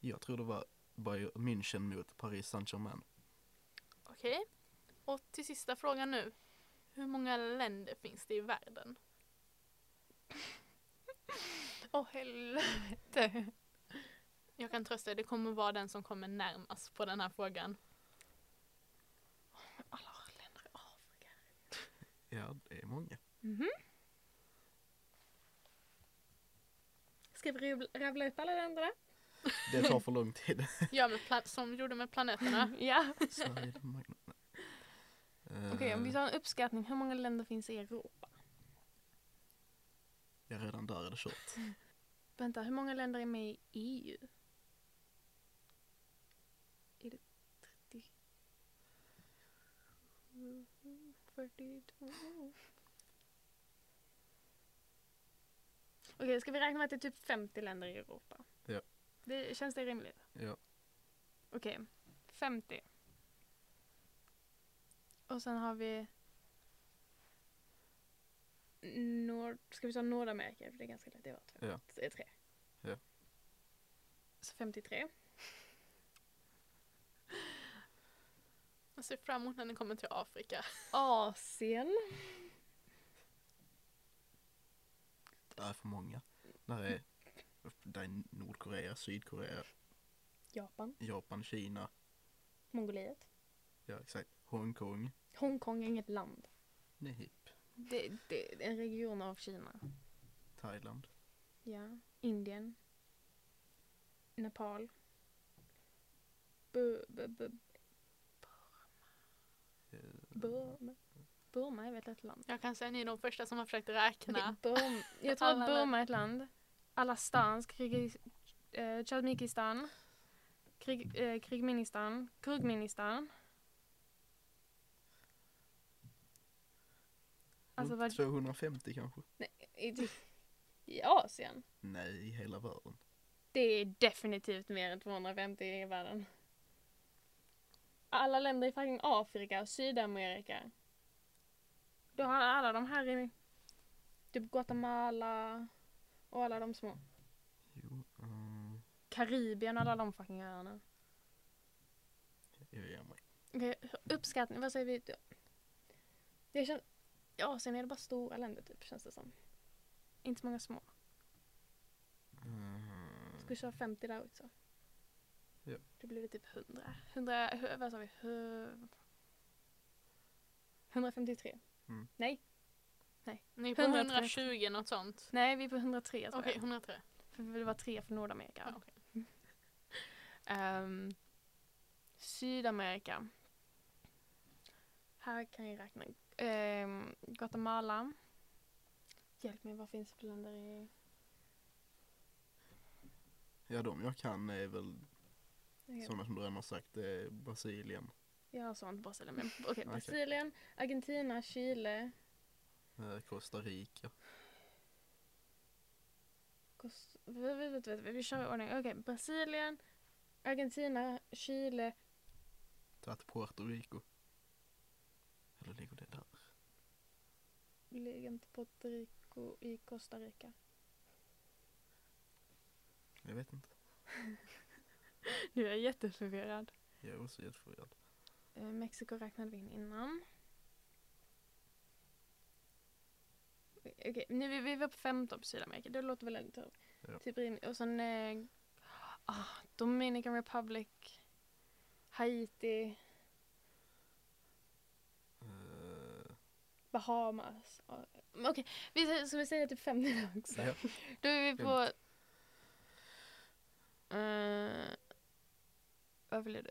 Speaker 6: jag tror det var Bayern München mot Paris Saint-Germain.
Speaker 1: Okej. Och till sista frågan nu. Hur många länder finns det i världen?
Speaker 7: Åh helvete.
Speaker 1: Jag kan trösta er, det kommer vara den som kommer närmast på den här frågan.
Speaker 7: Alla länder i Afrika.
Speaker 6: Ja, det är många.
Speaker 7: Ska vi rabbla- rabbla upp alla länderna?
Speaker 6: Det tar för lång tid.
Speaker 1: Gör med pla- som gjorde med planeterna.
Speaker 7: Ja.
Speaker 6: Sverige, Danmark, nej. Eh,
Speaker 7: Okej, om vi tar en uppskattning. Hur många länder finns i Europa?
Speaker 6: Jag redan där är det kört.
Speaker 7: Vänta, hur många länder är med i EU? Är det 37? 42? Okej, ska vi räkna med att det är typ 50 länder i Europa?
Speaker 6: Ja.
Speaker 7: Det, känns det rimligt?
Speaker 6: Ja.
Speaker 7: Okej, 50. Och sen har vi Nord... Ska vi ta Nordamerika? För det är ganska lätt. Det var två.
Speaker 6: Ja.
Speaker 7: Det är tre.
Speaker 6: Ja.
Speaker 7: Så 53.
Speaker 1: Jag ser fram emot när ni kommer till Afrika.
Speaker 7: Asien.
Speaker 6: Det är för många. Där är, där är Nordkorea, Sydkorea,
Speaker 7: Japan.
Speaker 6: Japan, Kina,
Speaker 7: Mongoliet.
Speaker 6: ja exakt, Hongkong.
Speaker 7: Hongkong är inget land.
Speaker 6: Nej.
Speaker 7: Det, det är en region av Kina.
Speaker 6: Thailand.
Speaker 7: Ja. Indien. Nepal. Bu, bu, bu,
Speaker 6: Eh,
Speaker 7: Burma. Burma är väl ett land?
Speaker 1: Jag kan säga ni är de första som har försökt
Speaker 7: Okej,
Speaker 1: räkna.
Speaker 7: Burma. Jag tror
Speaker 5: Alla
Speaker 7: att Burma är ett land. Alastans, Tjadmikistan, Krig, eh, Krigministan, Kurgministan. Alltså
Speaker 6: runt
Speaker 7: vad...
Speaker 6: 250 kanske?
Speaker 7: I, I Asien?
Speaker 6: Nej, i hela världen.
Speaker 7: Det är definitivt mer än 250 i världen. Alla länder i fucking Afrika och Sydamerika. Då har alla de här i typ Guatemala och alla de små.
Speaker 6: Jo, eh,
Speaker 7: Karibien och alla de fucking öarna.
Speaker 6: Jag ger mig.
Speaker 7: Okej, uppskattning, vad säger vi? Det känns... Ja, Asien är det bara stora länder typ, känns det som. Inte så många små.
Speaker 6: Mm.
Speaker 7: Ska vi köra 50 där också?
Speaker 6: Ja.
Speaker 7: Då blir det typ 100. 100, hur- vad sa vi? Hu- 153.
Speaker 6: Mm.
Speaker 7: Nej,
Speaker 1: Ni är på
Speaker 7: 130.
Speaker 1: 120 något sånt.
Speaker 7: nej vi är på 103 tror
Speaker 1: Okej,
Speaker 7: jag.
Speaker 1: 103.
Speaker 7: För vi vill vara tre för Nordamerika.
Speaker 1: Ja, okej.
Speaker 7: Ehm, Sydamerika. Här kan jag räkna. Ehm, Guatemala. Hjälp mig, vad finns det för länder i...
Speaker 6: Ja, de jag kan är väl
Speaker 7: Okej,
Speaker 6: sådana som du redan har sagt, det är Brasilien,
Speaker 7: Jag sa inte Brasilien, men okej.
Speaker 6: Okej.
Speaker 7: Brasilien, Argentina, Chile,
Speaker 6: eh, Costa Rica.
Speaker 7: Kost... Vi, vi, vi, vi, vi, vi kör i ordning. Okej, Brasilien, Argentina, Chile.
Speaker 6: Tagit Puerto Rico. Eller ligger det där?
Speaker 7: Ligger inte Puerto Rico i Costa Rica?
Speaker 6: Jag vet inte.
Speaker 7: Nu är jag jätteförvirrad.
Speaker 6: Jag är också jätteförvirrad.
Speaker 7: Eh, Mexiko räknade vi in innan. Okej, nu vi, vi var på 15 på Sydamerika. Det låter väl lite tur.
Speaker 6: Ja.
Speaker 7: Typ rim- och sen eh, ah, Dominican Republic, Haiti,
Speaker 6: Eh,
Speaker 7: Bahamas. Ah, men Okej, vi säger- ska vi säga typ 50 där också?
Speaker 6: ja.
Speaker 7: Då är vi på... Eh, vad blev det?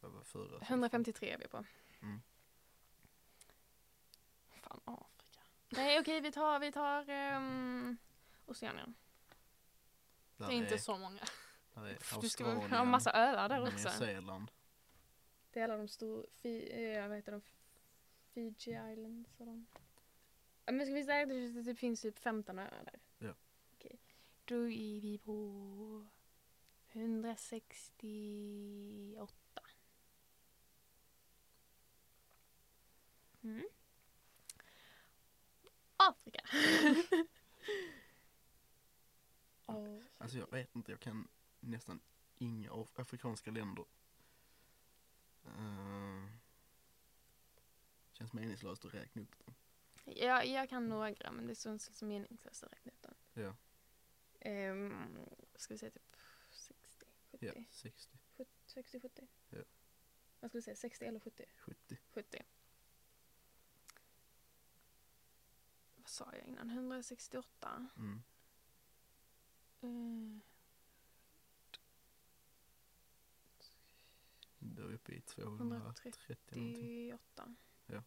Speaker 6: Vad var förra?
Speaker 7: 153 är vi på.
Speaker 6: Mm.
Speaker 7: Fan, Afrika. Nej, okej, vi tar, vi tar ehm, Oceanien.
Speaker 1: Det
Speaker 6: Där
Speaker 1: är inte
Speaker 6: är-
Speaker 1: så många.
Speaker 6: där är
Speaker 7: Du ska väl ha
Speaker 6: Australien, Mm,
Speaker 7: massa öar där
Speaker 6: Nya
Speaker 7: också.
Speaker 6: Zeeland.
Speaker 7: Det är alla de stora, fi, eh, vad heter de? Fiji Islands och de. Ja, Men ska vi säga att det typ finns typ 15 öar där?
Speaker 6: Ja.
Speaker 7: Okej. Då är vi på 168. Mm. Afrika. oh.
Speaker 6: Alltså jag vet inte, jag kan nästan inga af- afrikanska länder. Eh, känns meningslöst att räkna upp dem.
Speaker 7: Jag, jag kan några men det känns liksom meningslöst att räkna ut dem.
Speaker 6: Ja.
Speaker 7: Ehm, ska vi säga typ 60, 70,
Speaker 6: Ja, 60,
Speaker 7: 60, 70?
Speaker 6: Ja.
Speaker 7: Vad ska vi säga, 60 eller 70?
Speaker 6: 70.
Speaker 7: 70. Vad sa jag innan? 168?
Speaker 6: Mm.
Speaker 8: Eh.
Speaker 7: Mm.
Speaker 6: Då är vi uppe i 230 någonting.
Speaker 7: 38.
Speaker 6: Ja.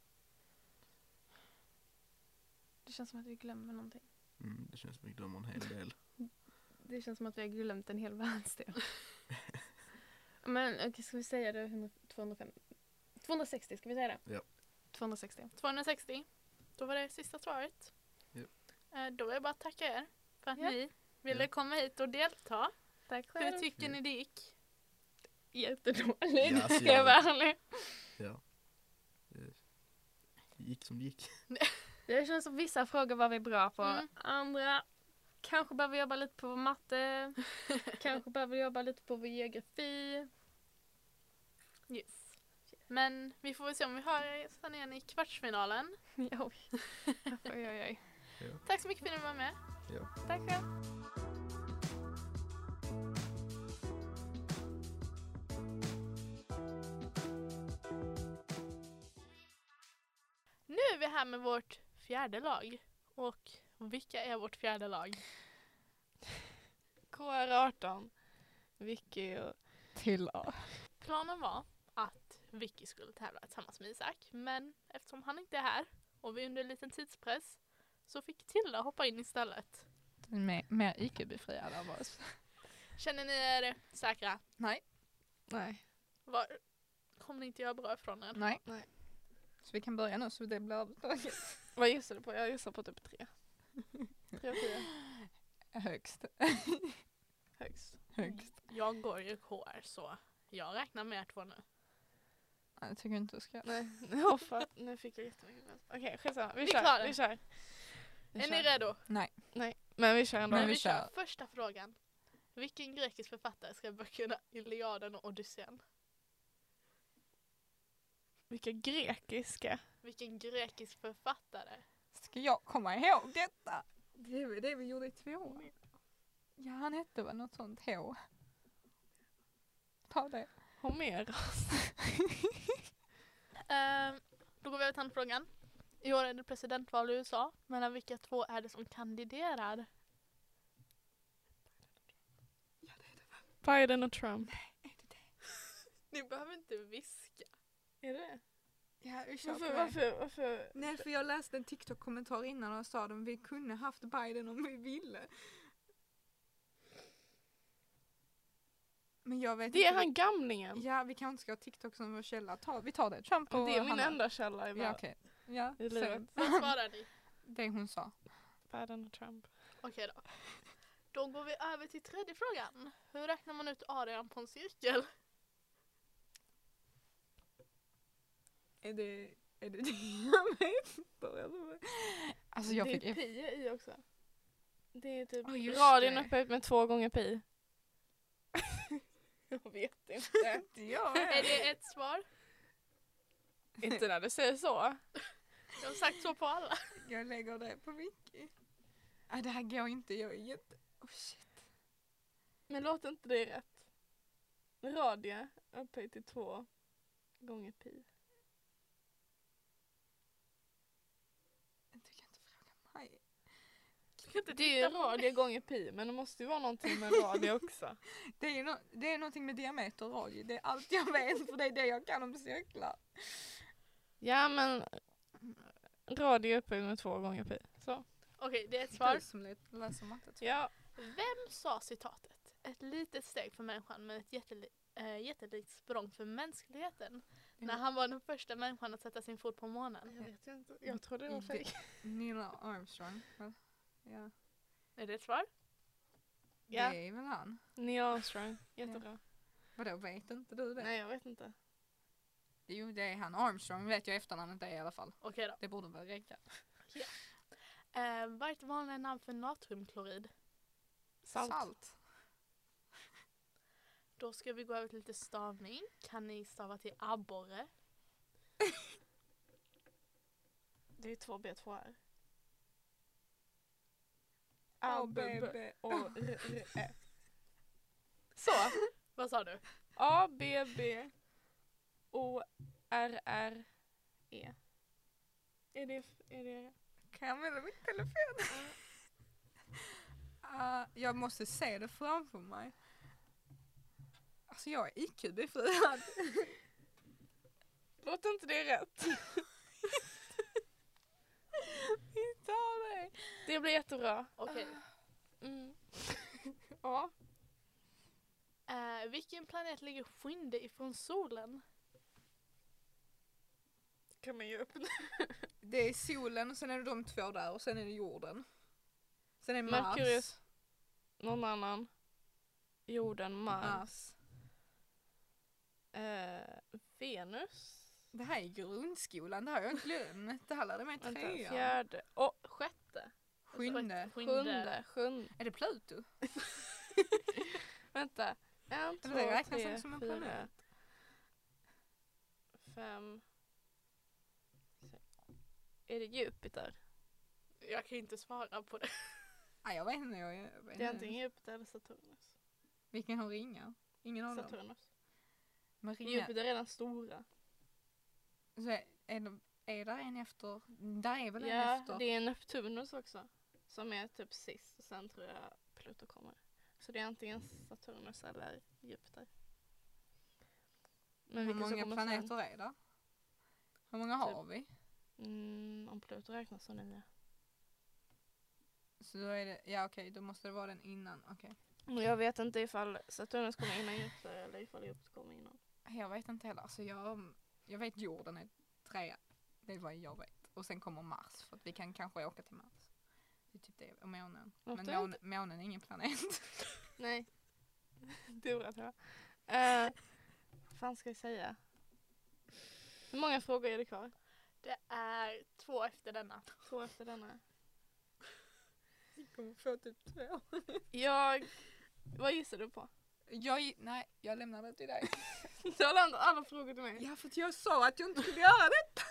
Speaker 7: Det känns som att vi glömmer någonting.
Speaker 6: Mm, det känns som vi glömmer en hel del.
Speaker 7: Det känns som att vi har glömt en hel världsdel. Men okej, ska vi säga det? 100 205, 260, ska vi säga det?
Speaker 6: Ja.
Speaker 7: 260.
Speaker 1: 260. Då var det sista svaret.
Speaker 6: Ja.
Speaker 1: Eh, Då är det bara att tacka er för att
Speaker 7: Ja.
Speaker 1: ni ville
Speaker 6: Ja.
Speaker 1: komma hit och delta.
Speaker 7: Tack
Speaker 1: Hur
Speaker 7: själv.
Speaker 1: tycker
Speaker 6: Mm.
Speaker 1: ni det gick?
Speaker 7: Jättedåligt,
Speaker 6: Ja, alltså,
Speaker 7: ska jag
Speaker 6: jag-
Speaker 7: vara ärlig.
Speaker 6: Ja. Det gick som det gick.
Speaker 7: Det känns som vissa frågor var vi bra på.
Speaker 1: Mm.
Speaker 7: Andra kanske behöver jobba lite på vår matte. kanske behöver jobba lite på vår geografi.
Speaker 1: Yes. Men vi får väl se om vi hör er sen igen i kvartsfinalen.
Speaker 7: Oj. oj, oj, oj.
Speaker 1: Tack så mycket för att ni var med.
Speaker 7: Tack själv.
Speaker 1: Nu är vi här med vårt fjärde lag. Och vilka är vårt fjärde lag?
Speaker 5: KR18, Vicky och
Speaker 7: Till A.
Speaker 1: Planen var att Vicky skulle tävla tillsammans med Isak, men eftersom han inte är här och vi är under en liten tidspress så fick Tilda hoppa in istället.
Speaker 9: Mer, mer IQ-befriad av oss.
Speaker 1: Känner ni er säkra?
Speaker 9: Nej.
Speaker 1: Var kommer ni inte göra bra ifrån er?
Speaker 9: Nej.
Speaker 5: Nej.
Speaker 9: Så vi kan börja nu så det blir övertaget.
Speaker 5: Vad gissar du på? Jag gissar på typ tre. Tre, fyra
Speaker 9: Högst.
Speaker 5: högst.
Speaker 9: Högst.
Speaker 1: Jag går ju KR så jag räknar med er två nu.
Speaker 9: Jag tycker inte du ska.
Speaker 5: Nej, oh, fan. nu fick jag jättemycket press. Okej, skitsamma. Vi,
Speaker 1: Vi klarar
Speaker 5: kör.
Speaker 1: det.
Speaker 5: Vi kör. Vi
Speaker 1: Är
Speaker 5: kör.
Speaker 1: ni redo?
Speaker 9: Nej.
Speaker 5: Nej, men vi kör ändå.
Speaker 9: Men
Speaker 1: Men
Speaker 9: vi
Speaker 1: vi kör
Speaker 9: kör.
Speaker 1: första frågan. Vilken grekisk författare skrev böckerna Iliaden och Odysseen?
Speaker 5: Vilka grekiska.
Speaker 1: Vilken grekisk författare?
Speaker 7: Ska jag komma ihåg detta?
Speaker 9: Det var det vi gjorde i två år.
Speaker 7: Ja, han hette väl något sånt H. Ta det.
Speaker 5: Homeros.
Speaker 1: Ehm, då går vi över till andra frågan. I år är det presidentval i USA. Mellan vilka två är det som kandiderar?
Speaker 5: Biden och Trump.
Speaker 1: Ni behöver inte viska.
Speaker 5: Är det
Speaker 7: Ja, vi kör
Speaker 5: varför,
Speaker 7: på det.
Speaker 5: varför, varför?
Speaker 9: Nej, för jag läste en TikTok-kommentar innan och sa att vi kunde haft Biden om vi ville. Men jag vet
Speaker 5: Det är
Speaker 9: inte.
Speaker 5: han gamlingen.
Speaker 9: Ja, vi kanske inte ska ha TikTok som vår källa. Ta, vi
Speaker 7: Vi
Speaker 9: tar
Speaker 7: tar det. Trump och
Speaker 5: Det är min
Speaker 7: Hanna.
Speaker 5: enda källa i
Speaker 7: Ja,
Speaker 5: världen.
Speaker 7: okej. Ja,
Speaker 5: I livet.
Speaker 7: så,
Speaker 1: Vad svarar ni?
Speaker 7: det hon sa.
Speaker 5: Biden och Trump.
Speaker 1: Okej då. Då går vi över till tredje frågan. Hur räknar man ut arean på en cirkel?
Speaker 9: Är det, är det diameter?
Speaker 7: Alltså jag
Speaker 5: det
Speaker 7: fick
Speaker 5: är
Speaker 7: F.
Speaker 5: pi i också. Det är typ
Speaker 7: Ja, just
Speaker 5: radien
Speaker 7: det.
Speaker 5: upphöjt med två gånger pi. jag vet inte.
Speaker 1: Är det ett svar?
Speaker 5: inte när du säger så.
Speaker 1: Jag har sagt så på alla.
Speaker 9: Jag lägger det på Vicky. Ah, det här går inte. Jag är jätte... Oh, shit.
Speaker 5: Men låter inte det rätt? Radie upphöjt till två gånger pi.
Speaker 9: Du kan inte fråga mig.
Speaker 5: Det är ju radie gånger pi men det måste ju vara någonting med radie också.
Speaker 9: Det är, ju nå det är någonting med diameter och radie. Det är allt jag vet för det är det jag kan om cirklar.
Speaker 5: Ja men radie upphöjt med två gånger pi. Så.
Speaker 1: Okej, det är ett svar.
Speaker 9: som typ läser matte.
Speaker 5: Ja.
Speaker 1: Vem sa citatet? Ett litet steg för människan men ett jätteli- eh, jättelikt språng för mänskligheten. När han var den första människan att sätta sin fot på månen.
Speaker 5: Jag vet inte. Jag tror det var
Speaker 9: Det-
Speaker 5: fejk.
Speaker 9: Neil Armstrong. väl? Ja.
Speaker 1: Är det ett svar?
Speaker 5: Ja.
Speaker 9: Det är väl han?
Speaker 5: Neil Armstrong. Jättebra.
Speaker 1: Mm.
Speaker 9: Vadå, vet inte du det?
Speaker 5: Nej jag vet inte.
Speaker 9: Jo, det är han. Armstrong vet jag efternamnet är i alla fall.
Speaker 1: Okej då.
Speaker 9: Det borde väl räcka.
Speaker 1: Eh, vad är ett vanligt namn för natriumklorid?
Speaker 5: Salt.
Speaker 1: Då ska vi gå över till lite stavning. Kan ni stava till abborre?
Speaker 5: Det är två B, två R.
Speaker 9: A, B, B.
Speaker 5: och R, R, E. Så.
Speaker 1: Vad sa du?
Speaker 5: A, B, B, O, R, R, E. Är det, är det
Speaker 9: Kan jag använda min telefon? Ah, jag måste se det framför mig. Alltså jag är IQ-befriad.
Speaker 5: Låter inte det rätt?
Speaker 9: Vi tar det.
Speaker 5: Det blir jättebra.
Speaker 1: Okej.
Speaker 5: Mm. Ja.
Speaker 1: Eh, vilken planet ligger skynde ifrån solen?
Speaker 5: Kan man ju öppna.
Speaker 9: Det är solen och sen är det de två där och sen är det jorden. Sen är Mars.
Speaker 5: Merkurius. Någon annan. Jorden, Mars.
Speaker 9: Mars.
Speaker 5: Eh, Venus.
Speaker 9: Det här är grundskolan, det har jag glömt. Det här lärde jag mig i
Speaker 5: Vänta,
Speaker 9: trean.
Speaker 5: fjärde. Och sjätte. Alltså,
Speaker 9: Sjunde.
Speaker 5: Sjunde. Sjunde.
Speaker 9: Är det Pluto?
Speaker 5: Vänta. En, två,
Speaker 9: Eller det räknas
Speaker 5: tre,
Speaker 9: inte som en
Speaker 5: fyra,
Speaker 9: planet.
Speaker 5: fem. sex. Är det Jupiter?
Speaker 1: Jag kan ju inte svara på det.
Speaker 9: Nej Ah, jag vet inte. Jag, jag vet
Speaker 5: Det är
Speaker 9: inte.
Speaker 5: antingen Jupiter eller Saturnus.
Speaker 9: Vilken har ringar? Ingen av dem.
Speaker 5: Saturnus.
Speaker 9: Men ringar.
Speaker 5: Jupiter är redan stora.
Speaker 9: Så är, är, de, är där en efter? Där är väl en
Speaker 5: Ja,
Speaker 9: efter?
Speaker 5: det är Neptunus också. Som är typ sist och sen tror jag Pluto kommer. Så det är antingen Saturnus eller Jupiter. Men
Speaker 9: Hur
Speaker 5: vilken som
Speaker 9: många
Speaker 5: kommer Typ.
Speaker 9: planeter
Speaker 5: sen?
Speaker 9: är det? Hur många har vi?
Speaker 5: Mm, om Pluto räknas som nio.
Speaker 9: Så då är det, ja okej, då måste det vara den innan. Okej.
Speaker 5: Men Mm, Jag vet inte ifall Saturnus kommer innan Jupiter eller ifall Jupiter kommer innan.
Speaker 9: Jag vet inte heller, alltså jag, jag vet jorden är trea. Det är vad jag vet. Och sen kommer Mars, för att vi kan kanske åka till Mars. Det är typ det, och månen. Men
Speaker 5: Låter
Speaker 9: mån, månen är ingen planet.
Speaker 5: Nej. Tur att jag. Eh, vad fan ska jag säga? Hur många frågor är det kvar?
Speaker 1: Det är två efter denna.
Speaker 5: Två efter denna.
Speaker 9: Vi kommer få typ två.
Speaker 5: Jag Vad gissar du på?
Speaker 9: Jag, gi- nej, jag lämnar det till dig.
Speaker 5: Du har lämnat alla frågor till mig.
Speaker 9: Ja, för att jag sa att jag inte skulle göra det.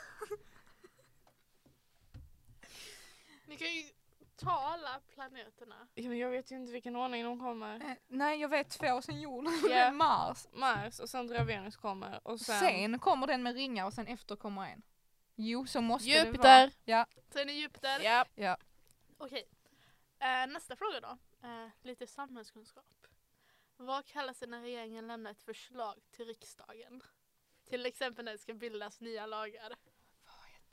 Speaker 1: Ni kan ju ta alla planeterna.
Speaker 5: Ja, men jag vet ju inte vilken ordning de kommer.
Speaker 9: Eh, Nej, jag vet två, sen jorden,
Speaker 5: Ja.
Speaker 9: yeah. Mars.
Speaker 5: Mars och sen tror jag Venus kommer och sen...
Speaker 9: Sen kommer den med ringar och sen efter kommer en. Jo, så måste det vara.
Speaker 5: Jupiter!
Speaker 1: Sen är Jupiter.
Speaker 5: Ja.
Speaker 1: Okej. Eh, nästa fråga då. Eh, lite samhällskunskap. Vad kallas det när regeringen lämnar ett förslag till riksdagen? Till exempel när det ska bildas nya lagar.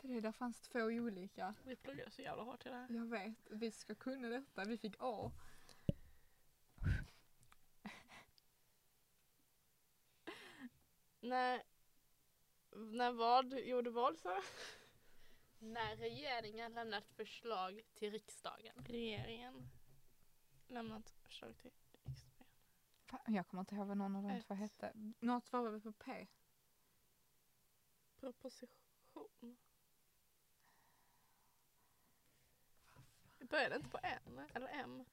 Speaker 9: Det där fanns två olika.
Speaker 1: Vi pluggar så jävla hårt i det här.
Speaker 9: Jag vet, vi ska kunna detta, vi fick A.
Speaker 5: När, när vad gjorde vad så?
Speaker 1: När regeringen lämnar ett förslag till riksdagen.
Speaker 5: Regeringen lämnat förslag till riksdagen.
Speaker 9: Fan, Jag kommer inte ihåg vad någon av de
Speaker 5: Ett.
Speaker 9: två hette. Något var väl på P?
Speaker 5: Proposition. Vi började inte på N eller M?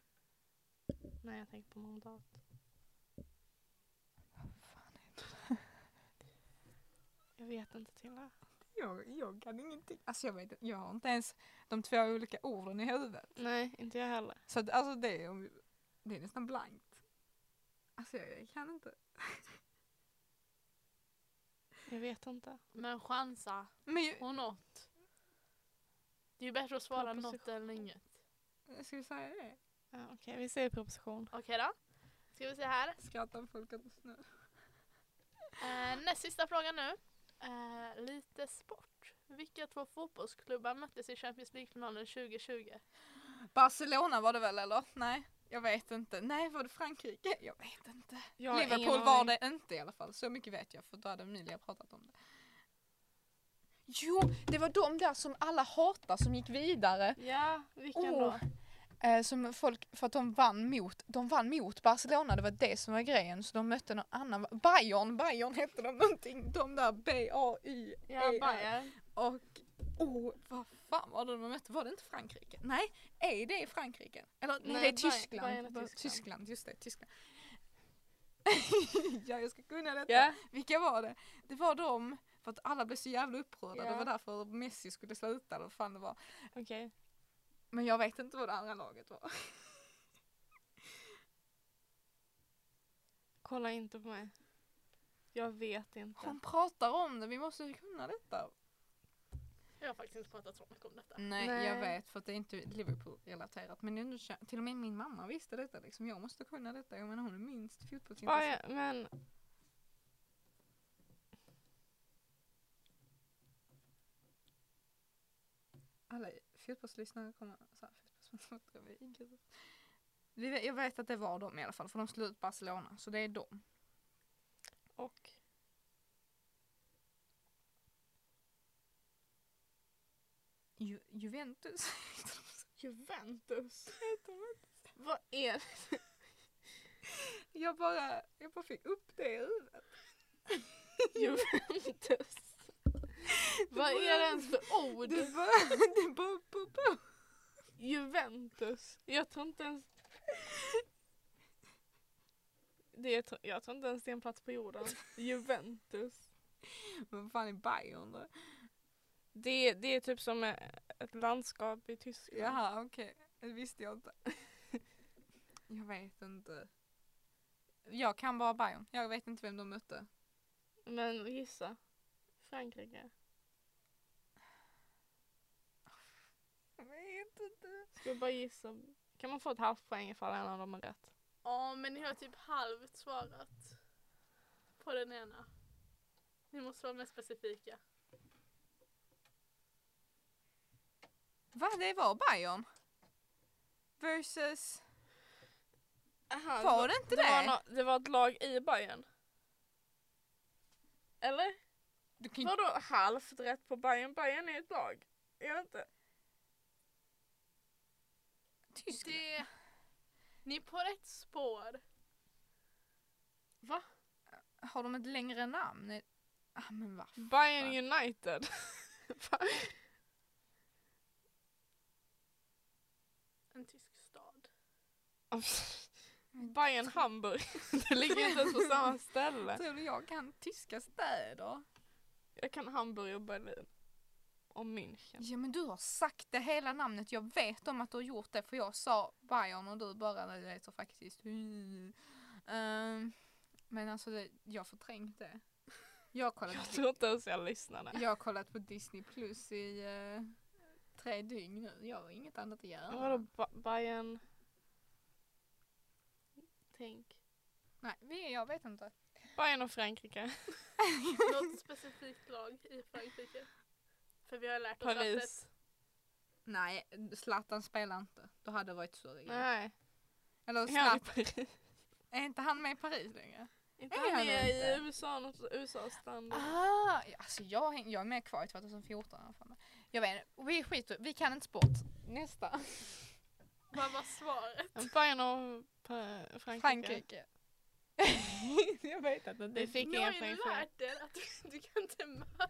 Speaker 5: Nej, jag tänker på mandat. Jag vet inte till det.
Speaker 9: Jag, jag kan ingenting. Alltså jag vet inte, jag har inte ens de två olika orden i huvudet.
Speaker 5: Nej, inte jag heller.
Speaker 9: Så att, alltså det är, det är nästan blankt. Alltså jag, jag kan inte.
Speaker 5: Jag vet inte.
Speaker 1: Men chansa
Speaker 9: Men ju-
Speaker 1: på något. Det är ju bättre att svara
Speaker 5: Proposition.
Speaker 1: något än inget.
Speaker 9: ska vi säga det?
Speaker 5: Ja, Okej, vi säger proposition.
Speaker 1: Okej då. Ska vi se här.
Speaker 9: Skrattar om folk åt snö.
Speaker 1: Eh, näst sista fråga nu. Eh, lite sport. Vilka två fotbollsklubbar möttes i Champions League-finalen 2020?
Speaker 9: Barcelona var det väl eller? Nej, jag vet inte. Nej, var det Frankrike? Jag vet inte.
Speaker 5: Jag har ingen
Speaker 9: Liverpool var
Speaker 5: aning.
Speaker 9: det inte i alla fall, så mycket vet jag för då hade Emilia pratat om det. Jo, det var de där som alla hatar som gick vidare.
Speaker 5: Ja, vilken
Speaker 9: Åh.
Speaker 5: då?
Speaker 9: Eh, som folk, för att de vann mot, de vann mot Barcelona, det var det som var grejen. Så de mötte någon annan, Bayern, Bayern hette de någonting. De där B-A-Y.
Speaker 5: Ja,
Speaker 9: E-
Speaker 5: Bayern.
Speaker 9: Och, oh, vad fan var det de mötte? Var det inte Frankrike? Nej, är det Frankrike? Eller nej,
Speaker 5: Nej,
Speaker 9: det är
Speaker 5: Bayern-
Speaker 9: Tyskland.
Speaker 5: Bayern är
Speaker 9: Vad-
Speaker 5: Tyskland.
Speaker 9: Tyskland, just det, Tyskland. ja, jag ska kunna detta.
Speaker 5: Ja,
Speaker 9: Vilka var det? Det var de, för att alla blev så jävla upprörda.
Speaker 5: Ja.
Speaker 9: Det var därför Messi skulle sluta eller vad fan det var.
Speaker 5: okej.
Speaker 9: Men jag vet inte vad det andra laget var.
Speaker 5: Kolla inte på mig. Jag vet inte.
Speaker 9: Hon pratar om det, vi måste ju kunna detta.
Speaker 1: Jag har faktiskt inte pratat så mycket om detta.
Speaker 9: Nej, jag
Speaker 5: Nej.
Speaker 9: vet för att det är inte Liverpool-relaterat. Men ändå, kän- till och med min mamma visste detta liksom. Jag måste kunna detta. Jag menar hon är minst
Speaker 5: Ja,
Speaker 9: fotbollsintresserad.
Speaker 5: ja, men...
Speaker 9: alla fotbollslyssnare kommer så här, fotbollsmatcher, vi- gud. vi vet, Jag vet att det var de i alla fall, för de slog ut Barcelona, så det är de.
Speaker 5: Och?
Speaker 9: Ju, Juventus.
Speaker 5: Juventus. Vad är det?
Speaker 9: jag, bara, jag bara fick upp det i huvudet.
Speaker 5: Juventus? Vad är det ens för ord?
Speaker 9: Det bara, det bara poppade upp.
Speaker 5: Juventus. Jag tror inte ens... Det är, jag tror inte ens det är en plats på jorden. Juventus.
Speaker 9: Vad fan är Bayern då?
Speaker 5: Det, är- det är typ som eh, ett landskap i Tyskland.
Speaker 9: Jaha, okej. Det visste jag inte. jag vet inte. Jag kan bara Bayern. Jag vet inte vem de mötte.
Speaker 5: Men gissa. Frankrike.
Speaker 9: Jag vet inte.
Speaker 5: Ska vi bara gissa? Kan man få ett halvt poäng ifall en av dem har rätt?
Speaker 1: Ja, men ni har typ halvt svarat på den ena. Ni måste vara mer specifika.
Speaker 9: Va? Det var Bayern? Versus...
Speaker 5: Aha,
Speaker 9: Var det inte det?
Speaker 5: Var nå- det var ett lag i Bayern. Eller?
Speaker 9: Du kan ju
Speaker 5: Vadå halvt rätt på Bayern? Bayern är ett lag. Är det inte?
Speaker 9: Tyskland.
Speaker 1: Det... Ni är på rätt spår.
Speaker 9: Har de ett längre namn? Nej. Ah, men va?
Speaker 5: Bayern United. Fan.
Speaker 1: En tysk stad.
Speaker 5: Bayern Hamburg. Det ligger inte ens på samma ställe.
Speaker 9: Tror du jag kan tyska städer?
Speaker 5: Jag kan Hamburg och Berlin. Och München.
Speaker 9: Ja men du har sagt det hela namnet. Jag vet om att du har gjort det för jag sa Bayern och du bara "Nej, det heter faktiskt Ehm, Men alltså det, jag förträngde det. Jag har kollat,
Speaker 5: Jag tror inte ens jag lyssnade.
Speaker 9: jag har kollat på Disney plus i eh, tre dygn nu. Jag har inget annat att göra.
Speaker 5: Men Vadå ba- Bayern? Tänk.
Speaker 9: Nej, vi, jag vet inte.
Speaker 5: Bayern och Frankrike.
Speaker 1: Något specifikt lag i Frankrike. För vi har lärt oss att
Speaker 5: Paris.
Speaker 9: Nej, Zlatan spelar inte. Då hade det varit större. grej.
Speaker 5: Nej.
Speaker 9: Eller
Speaker 5: Är han i
Speaker 9: Zlatan,
Speaker 5: Paris?
Speaker 9: är inte han med i Paris längre?
Speaker 5: Inte
Speaker 9: Är
Speaker 5: han
Speaker 9: han
Speaker 5: är i
Speaker 9: inte?
Speaker 5: USA, något USA-standard.
Speaker 9: Ah, alltså jag, häng- jag är med kvar i 2014. här för mig. Jag vet inte. vi skiter vi kan inte sport. Nästa.
Speaker 1: vad var svaret?
Speaker 5: Bayern och pa- Frankrike.
Speaker 9: Frankrike. jag vet att det
Speaker 5: Vi fick
Speaker 1: Nu har
Speaker 5: inga
Speaker 1: ju du
Speaker 5: poäng för det.
Speaker 1: lärt er att du, du kan inte möta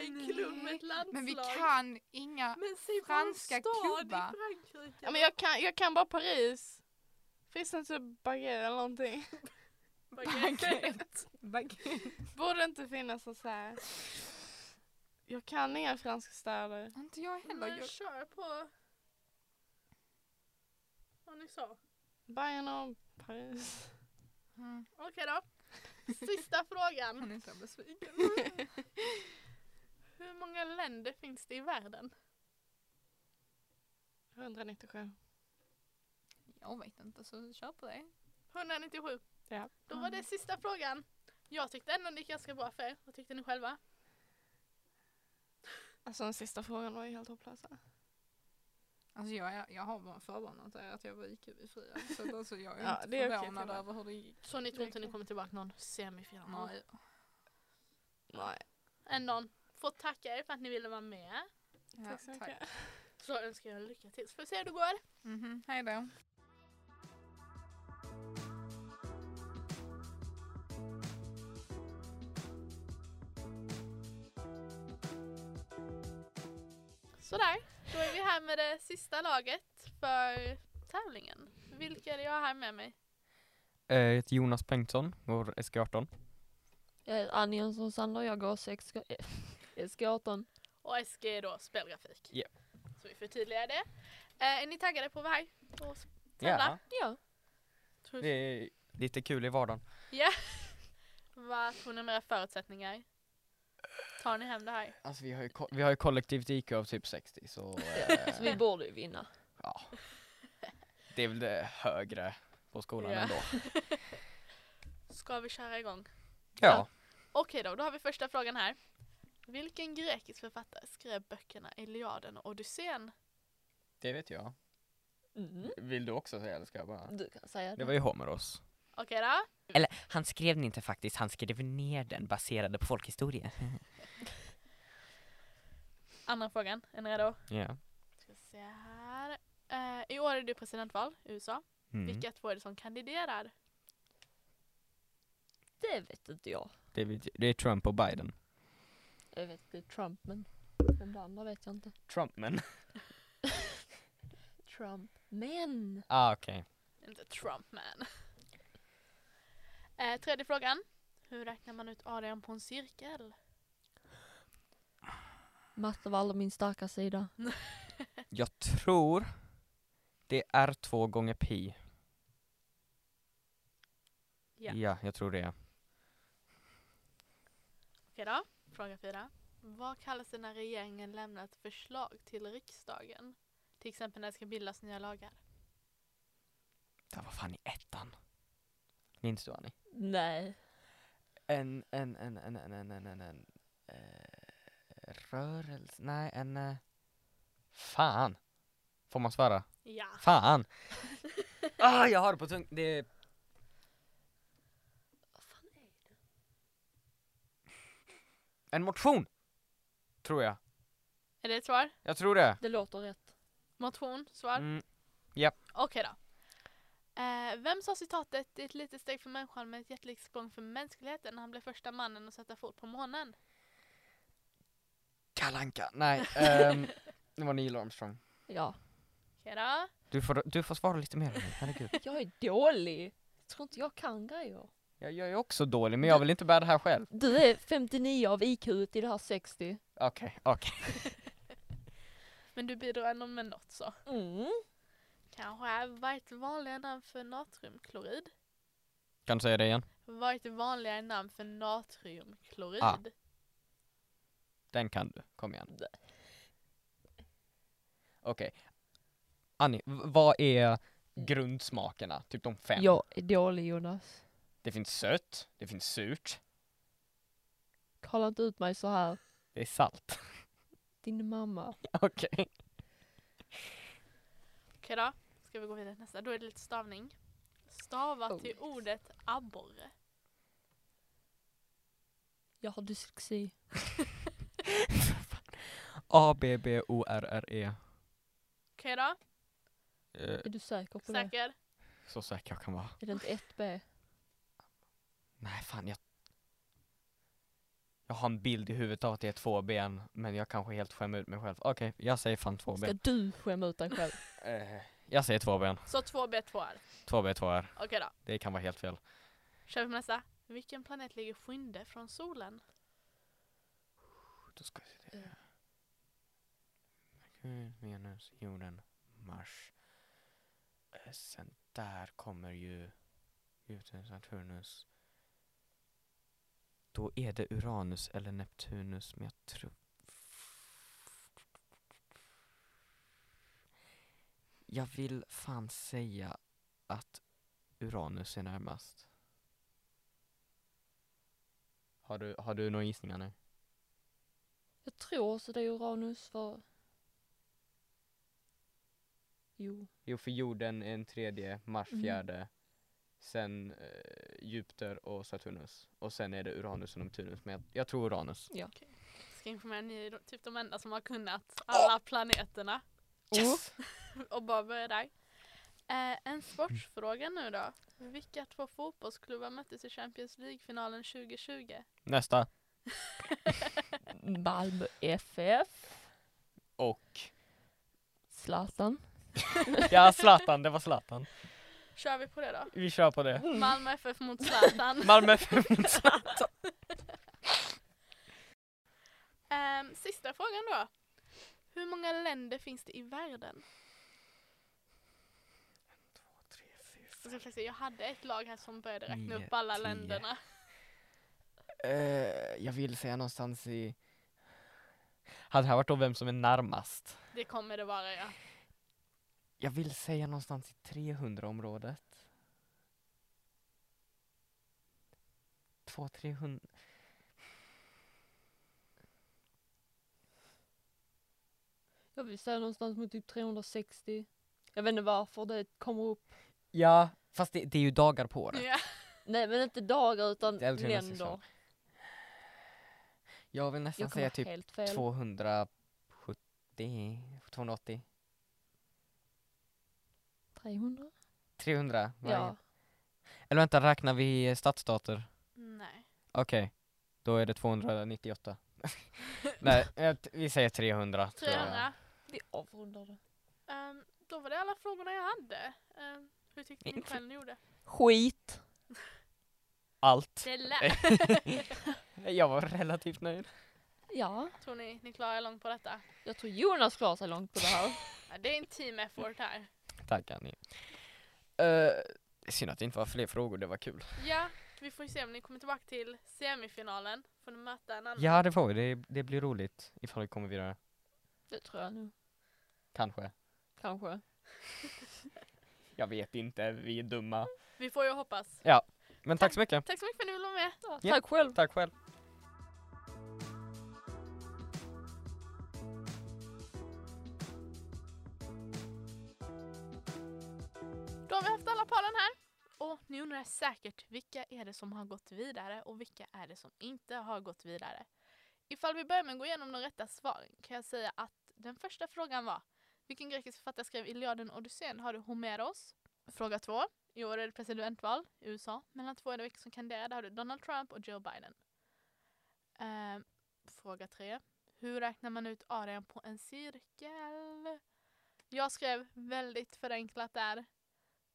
Speaker 1: en klubb med ett landslag.
Speaker 9: Men vi kan inga.
Speaker 1: Men säg bara en
Speaker 9: franska
Speaker 1: stad
Speaker 9: Kuba.
Speaker 1: i Frankrike.
Speaker 5: Ja, men jag kan, jag kan bara Paris. Finns det inte Baguette eller någonting?
Speaker 9: Baguette. Baguette.
Speaker 5: Borde inte finnas något så här. Jag kan inga franska städer.
Speaker 9: inte jag heller.
Speaker 1: Men
Speaker 9: Jag,
Speaker 1: kör på vad ni sa.
Speaker 5: Bayern och Paris.
Speaker 9: mm,
Speaker 1: Okej då. Sista frågan.
Speaker 9: hon är så besviken.
Speaker 1: Hur många länder finns det i världen?
Speaker 5: 197.
Speaker 9: Jag vet inte så kör på det.
Speaker 1: 197.
Speaker 5: Ja. Mm.
Speaker 1: Då var det sista frågan. Jag tyckte ändå det gick ganska bra för er. Vad tyckte ni själva?
Speaker 5: Alltså den sista frågan var ju helt hopplös. här.
Speaker 9: Alltså jag, är- jag har bara förvarnat er att jag var IQ-befriad. Så att alltså jag är
Speaker 5: Ja,
Speaker 9: inte
Speaker 5: det är okej
Speaker 9: förvånad
Speaker 5: till och med.
Speaker 9: över hur det gick.
Speaker 1: Så ni tror inte ni
Speaker 5: Verkligen.
Speaker 1: kommer tillbaka någon semifinal?
Speaker 9: Nej.
Speaker 5: Nej,
Speaker 1: Ändå. Får tacka er för att ni ville vara med.
Speaker 9: Ja,
Speaker 5: tack så mycket.
Speaker 1: Så önskar jag lycka till. Så får vi se hur det går.
Speaker 9: Mhm, Hej då.
Speaker 1: Sådär, då är vi här med det sista laget för tävlingen. Vilka är det jag har här med mig?
Speaker 8: Jag heter Jonas Bengtsson, går SK18.
Speaker 10: Jag är Annie Jönsson Sander, jag går 6 eh, SK18.
Speaker 1: Och SG är då spelgrafik.
Speaker 8: Ja.
Speaker 1: Så vi förtydligar det. Eh, är ni taggade på att vara här och s- tävla?
Speaker 10: Ja,
Speaker 1: Tror-
Speaker 8: det är lite kul i vardagen.
Speaker 1: Vad tror ni om era förutsättningar? Tar ni hem det här?
Speaker 8: Alltså vi har ju, ko- vi har ju kollektivt IQ av typ 60 så eh,
Speaker 10: så vi borde ju vinna.
Speaker 8: det är väl det högre på skolan
Speaker 1: Ja.
Speaker 8: ändå.
Speaker 1: Ska vi köra igång?
Speaker 8: Ja.
Speaker 1: Okej då, då har vi första frågan här. Vilken grekisk författare skrev böckerna Iliaden och Odysseen?
Speaker 8: Det vet jag.
Speaker 10: Mm.
Speaker 8: Vill du också säga eller ska jag bara?
Speaker 10: Du kan säga
Speaker 8: Det
Speaker 10: det.
Speaker 8: var ju Homeros.
Speaker 1: Okej då.
Speaker 11: Han skrev den inte faktiskt, han skrev ner den baserade på folkhistoria.
Speaker 1: Andra frågan, är ni redo?
Speaker 8: Ja.
Speaker 1: Ska se här. Eh, I år är det presidentval i USA.
Speaker 8: Mm.
Speaker 1: Vilka två är det som kandiderar?
Speaker 10: Det vet inte jag.
Speaker 8: Det, vet- det är Trump och Biden.
Speaker 10: Jag vet det är Trump men om det andra vet jag inte.
Speaker 8: Trump men.
Speaker 10: Trump. Men!
Speaker 8: Ah okej.
Speaker 1: Inte Trump man. Eh, tredje frågan. Hur räknar man ut arean på en cirkel?
Speaker 10: Matte var aldrig min starka sida.
Speaker 8: Jag tror det är två gånger pi.
Speaker 1: Ja.
Speaker 8: ja jag tror det.
Speaker 1: Okej då. Fråga fyra. Vad kallas det när regeringen lämnar ett förslag till riksdagen? Till exempel när det ska bildas nya lagar.
Speaker 8: Det var fan i ettan. Minns du Annie?
Speaker 10: Nej.
Speaker 8: en, en, en, en, en, en, en, en, en eh, rörelse, nej en, eh, fan. Får man svara?
Speaker 1: Ja.
Speaker 8: Fan! ah, jag har det på tung, det är,
Speaker 10: Vad fan är det?
Speaker 8: en motion! Tror jag.
Speaker 1: Är det ett svar?
Speaker 8: Jag tror det.
Speaker 10: Det låter rätt.
Speaker 1: Motion? Svar?
Speaker 8: Mm,
Speaker 1: Okej då. Eh, vem sa citatet det är ett litet steg för människan men ett jättelikt språng för mänskligheten när han blev första mannen att sätta fot på månen?
Speaker 8: Kalanka, nej. ehm, det var Neil Armstrong.
Speaker 10: Ja.
Speaker 1: markera.
Speaker 8: Du får, du får svara lite mer nu, herregud.
Speaker 10: Jag är dålig. Jag tror inte jag kan grejer.
Speaker 8: Jag, jag är också dålig, men jag vill inte bära det här själv.
Speaker 10: Du är 59 av IQ i det här 60.
Speaker 8: Okej, okej.
Speaker 1: Men du bidrar ändå med något så.
Speaker 10: Mm.
Speaker 1: Kanske är varit vanligare namn för natriumklorid.
Speaker 8: Kan du säga det igen?
Speaker 1: Varit vanligare namn för natriumklorid.
Speaker 8: Ah. Den kan du, kom igen. Okej. Annie, v- vad är grundsmakerna? Typ de fem?
Speaker 10: Jag är dålig Jonas.
Speaker 8: Det finns sött, det finns surt,
Speaker 10: Kalla inte ut mig så här.
Speaker 8: det är salt.
Speaker 10: Din mamma.
Speaker 8: Okej.
Speaker 1: Okej då, ska vi gå vidare till nästa. Då är det lite stavning. Stava
Speaker 10: Oh.
Speaker 1: till ordet abborre.
Speaker 10: Jag har dyslexi.
Speaker 8: A-B-B-O-R-R-E.
Speaker 1: Okej då,
Speaker 8: Eh,
Speaker 10: Är du säker på det?
Speaker 1: säker?
Speaker 8: så säker jag kan vara.
Speaker 10: Är det inte 1B?
Speaker 8: Nej fan, jag... Jag har en bild i huvudet av att det är två ben, men jag kanske helt skämmer ut mig själv. Okej, jag säger fan två
Speaker 10: Ska
Speaker 8: ben.
Speaker 10: du skämma ut dig själv?
Speaker 8: Eh, jag säger två ben.
Speaker 1: Så 2B2R.
Speaker 8: Två ben, två är.
Speaker 1: Okej då,
Speaker 8: Det kan vara helt fel.
Speaker 1: kör vi på nästa. Vilken planet ligger sjunde från solen?
Speaker 8: Då ska vi se det. Merkur, Venus, jorden, Mars. Eh, Sen där kommer ju Jupiter, Saturnus. Då är det Uranus eller Neptunus, men jag tror... Jag vill fan säga att Uranus är närmast. Har du, har du några gissningar nu?
Speaker 10: Jag tror så det är Uranus för... Jo.
Speaker 8: Jo, för jorden är en tredje, Mars
Speaker 10: Mm.
Speaker 8: fjärde, sen eh, Jupiter och Saturnus. Och sen är det Uranus och Neptunus, men jag, jag tror Uranus.
Speaker 10: Ja.
Speaker 1: Ska informera ni är de- typ de enda som har kunnat alla planeterna.
Speaker 8: Yes!
Speaker 1: Och bara börja där. Eh, en sportfråga nu då. Vilka två fotbollsklubbar möttes i Champions League-finalen 2020?
Speaker 8: Nästa.
Speaker 10: Malmö FF.
Speaker 8: Och?
Speaker 10: Zlatan.
Speaker 8: Ja, Zlatan, det var Zlatan.
Speaker 1: Kör vi på det då?
Speaker 8: Vi kör på det.
Speaker 1: Malmö FF mot Zlatan.
Speaker 8: Malmö FF mot Zlatan.
Speaker 1: Ehm, sista frågan då. Hur många länder finns det i världen? Alltså, Jag ska faktiskt säga, Jag hade ett lag här som började räkna
Speaker 8: Nio,
Speaker 1: upp alla
Speaker 8: tio.
Speaker 1: länderna.
Speaker 8: Eh, jag vill säga någonstans i... Hade det här varit då vem som är närmast?
Speaker 1: Det kommer det vara ja.
Speaker 8: Jag vill säga någonstans i 300-området. Två, 300...
Speaker 10: Jag vill säga någonstans mot typ 360. Jag vet inte varför det kommer upp.
Speaker 8: Ja, fast det, det är ju dagar på året.
Speaker 1: Ja.
Speaker 10: Nej men inte dagar utan
Speaker 8: Det är alltid nästa
Speaker 10: länder.
Speaker 8: säsong. Jag vill nästan
Speaker 10: Jag kan
Speaker 8: säga
Speaker 10: vara
Speaker 8: typ
Speaker 10: helt fel.
Speaker 8: 270, 280,
Speaker 10: 300?
Speaker 8: 300 varje.
Speaker 10: Ja.
Speaker 8: Eller vänta, räknar vi stadsstater?
Speaker 1: Nej.
Speaker 8: Okej, då är det 298. Nej, eh, t- vi säger 300. tror jag.
Speaker 1: 300.
Speaker 10: Vi avrundar det.
Speaker 1: Ehm, då var det alla frågorna jag hade. Ehm, hur tyckte ni
Speaker 8: Inte-
Speaker 1: själv ni gjorde?
Speaker 10: Skit.
Speaker 8: Allt.
Speaker 1: Det lät.
Speaker 8: jag var relativt nöjd.
Speaker 10: Ja.
Speaker 1: Tror ni ni klarar er långt på detta?
Speaker 10: Jag tror Jonas klarar sig långt på det här.
Speaker 1: Ja, det är en team effort här.
Speaker 8: Tack Annie. Eh, synd att det inte var fler frågor, det var kul.
Speaker 1: Ja, vi får ju se om ni kommer tillbaka till semifinalen. Får ni möta en annan.
Speaker 8: Ja, det får vi. Det, det blir roligt ifall vi kommer vidare.
Speaker 10: Det tror jag nu.
Speaker 8: Kanske.
Speaker 10: Kanske.
Speaker 8: Jag vet inte, vi är dumma.
Speaker 1: Vi får ju hoppas.
Speaker 8: Men tack så mycket.
Speaker 1: Tack så mycket för att ni ville vara med.
Speaker 8: Ja.
Speaker 10: Tack själv.
Speaker 8: Tack själv.
Speaker 1: Då har vi haft alla paren här. Och ni undrar säkert vilka är det som har gått vidare och vilka är det som inte har gått vidare. Ifall vi börjar med att gå igenom de rätta svaren kan jag säga att den första frågan var Vilken grekisk författare skrev Iliaden och Odysseen? Har du Homeros? Fråga två. I år är det presidentval i USA. Mellan två är det vilka som kandiderar. Där har du Donald Trump och Joe Biden. Ehm, fråga tre. Hur räknar man ut arean på en cirkel? Jag skrev väldigt förenklat där.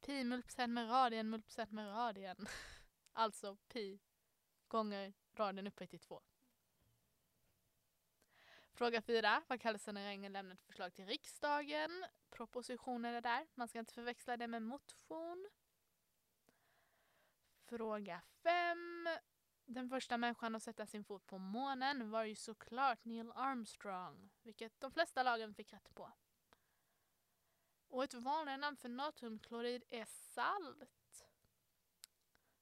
Speaker 1: Pi multiplicerat med radien multiplicerat med radien. Alltså pi gånger radien upphöjt till två. Fråga fyra. Vad kallas det när regeringen lämnar ett förslag till riksdagen? Propositioner är där. Man ska inte förväxla det med motion. Fråga fem. Den första människan att sätta sin fot på månen var ju såklart Neil Armstrong, vilket de flesta lagen fick rätt på. Och ett vanligare namn för natriumklorid är salt.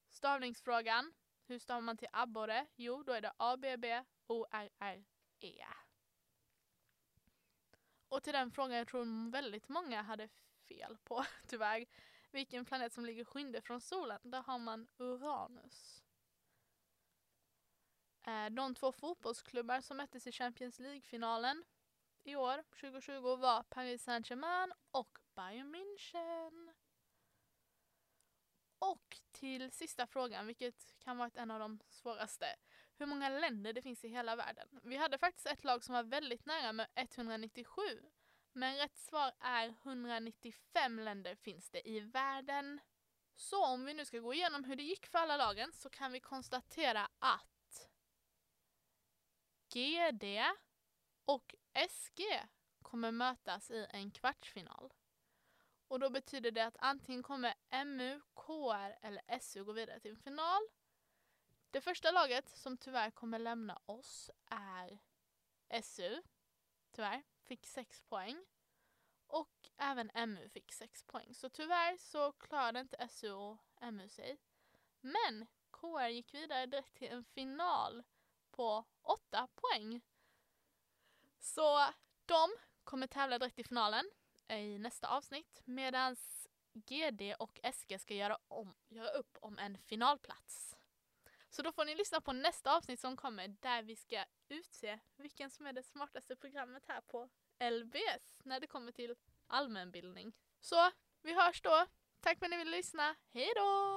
Speaker 1: Stavningsfrågan. Hur stavar man till abborre? Jo, då är det A-B-B-O-R-R-E. E. Och till den frågan jag tror väldigt många hade fel på, tyvärr. Vilken planet som ligger skynde från solen? Där har man Uranus. Eh, De två fotbollsklubbar som möttes i Champions League-finalen i år, 2020, var Paris Saint-Germain och Bayern München. Och till sista frågan, vilket kan vara ett- en av de svåraste. Hur många länder det finns i hela världen? Vi hade faktiskt ett lag som var väldigt nära med 197. Men rätt svar är 195 länder finns det i världen. Så om vi nu ska gå igenom hur det gick för alla lagen så kan vi konstatera att GD och SG kommer mötas i en kvartsfinal. Och då betyder det att antingen kommer MU, KR eller SU gå vidare till en final. Det första laget som tyvärr kommer lämna oss är SU. Tyvärr, fick 6 poäng. Och även MU fick 6 poäng. Så tyvärr så klarade inte SU och MU sig. Men KR gick vidare direkt till en final på 8 poäng. Så de kommer tävla direkt i finalen eh, i nästa avsnitt medan GD och SG ska göra, om, göra upp om en finalplats. Så då får ni lyssna på nästa avsnitt som kommer där vi ska utse vilken som är det smartaste programmet här på LBS när det kommer till allmänbildning. Så vi hörs då. Tack för att ni ville lyssna. Hej då!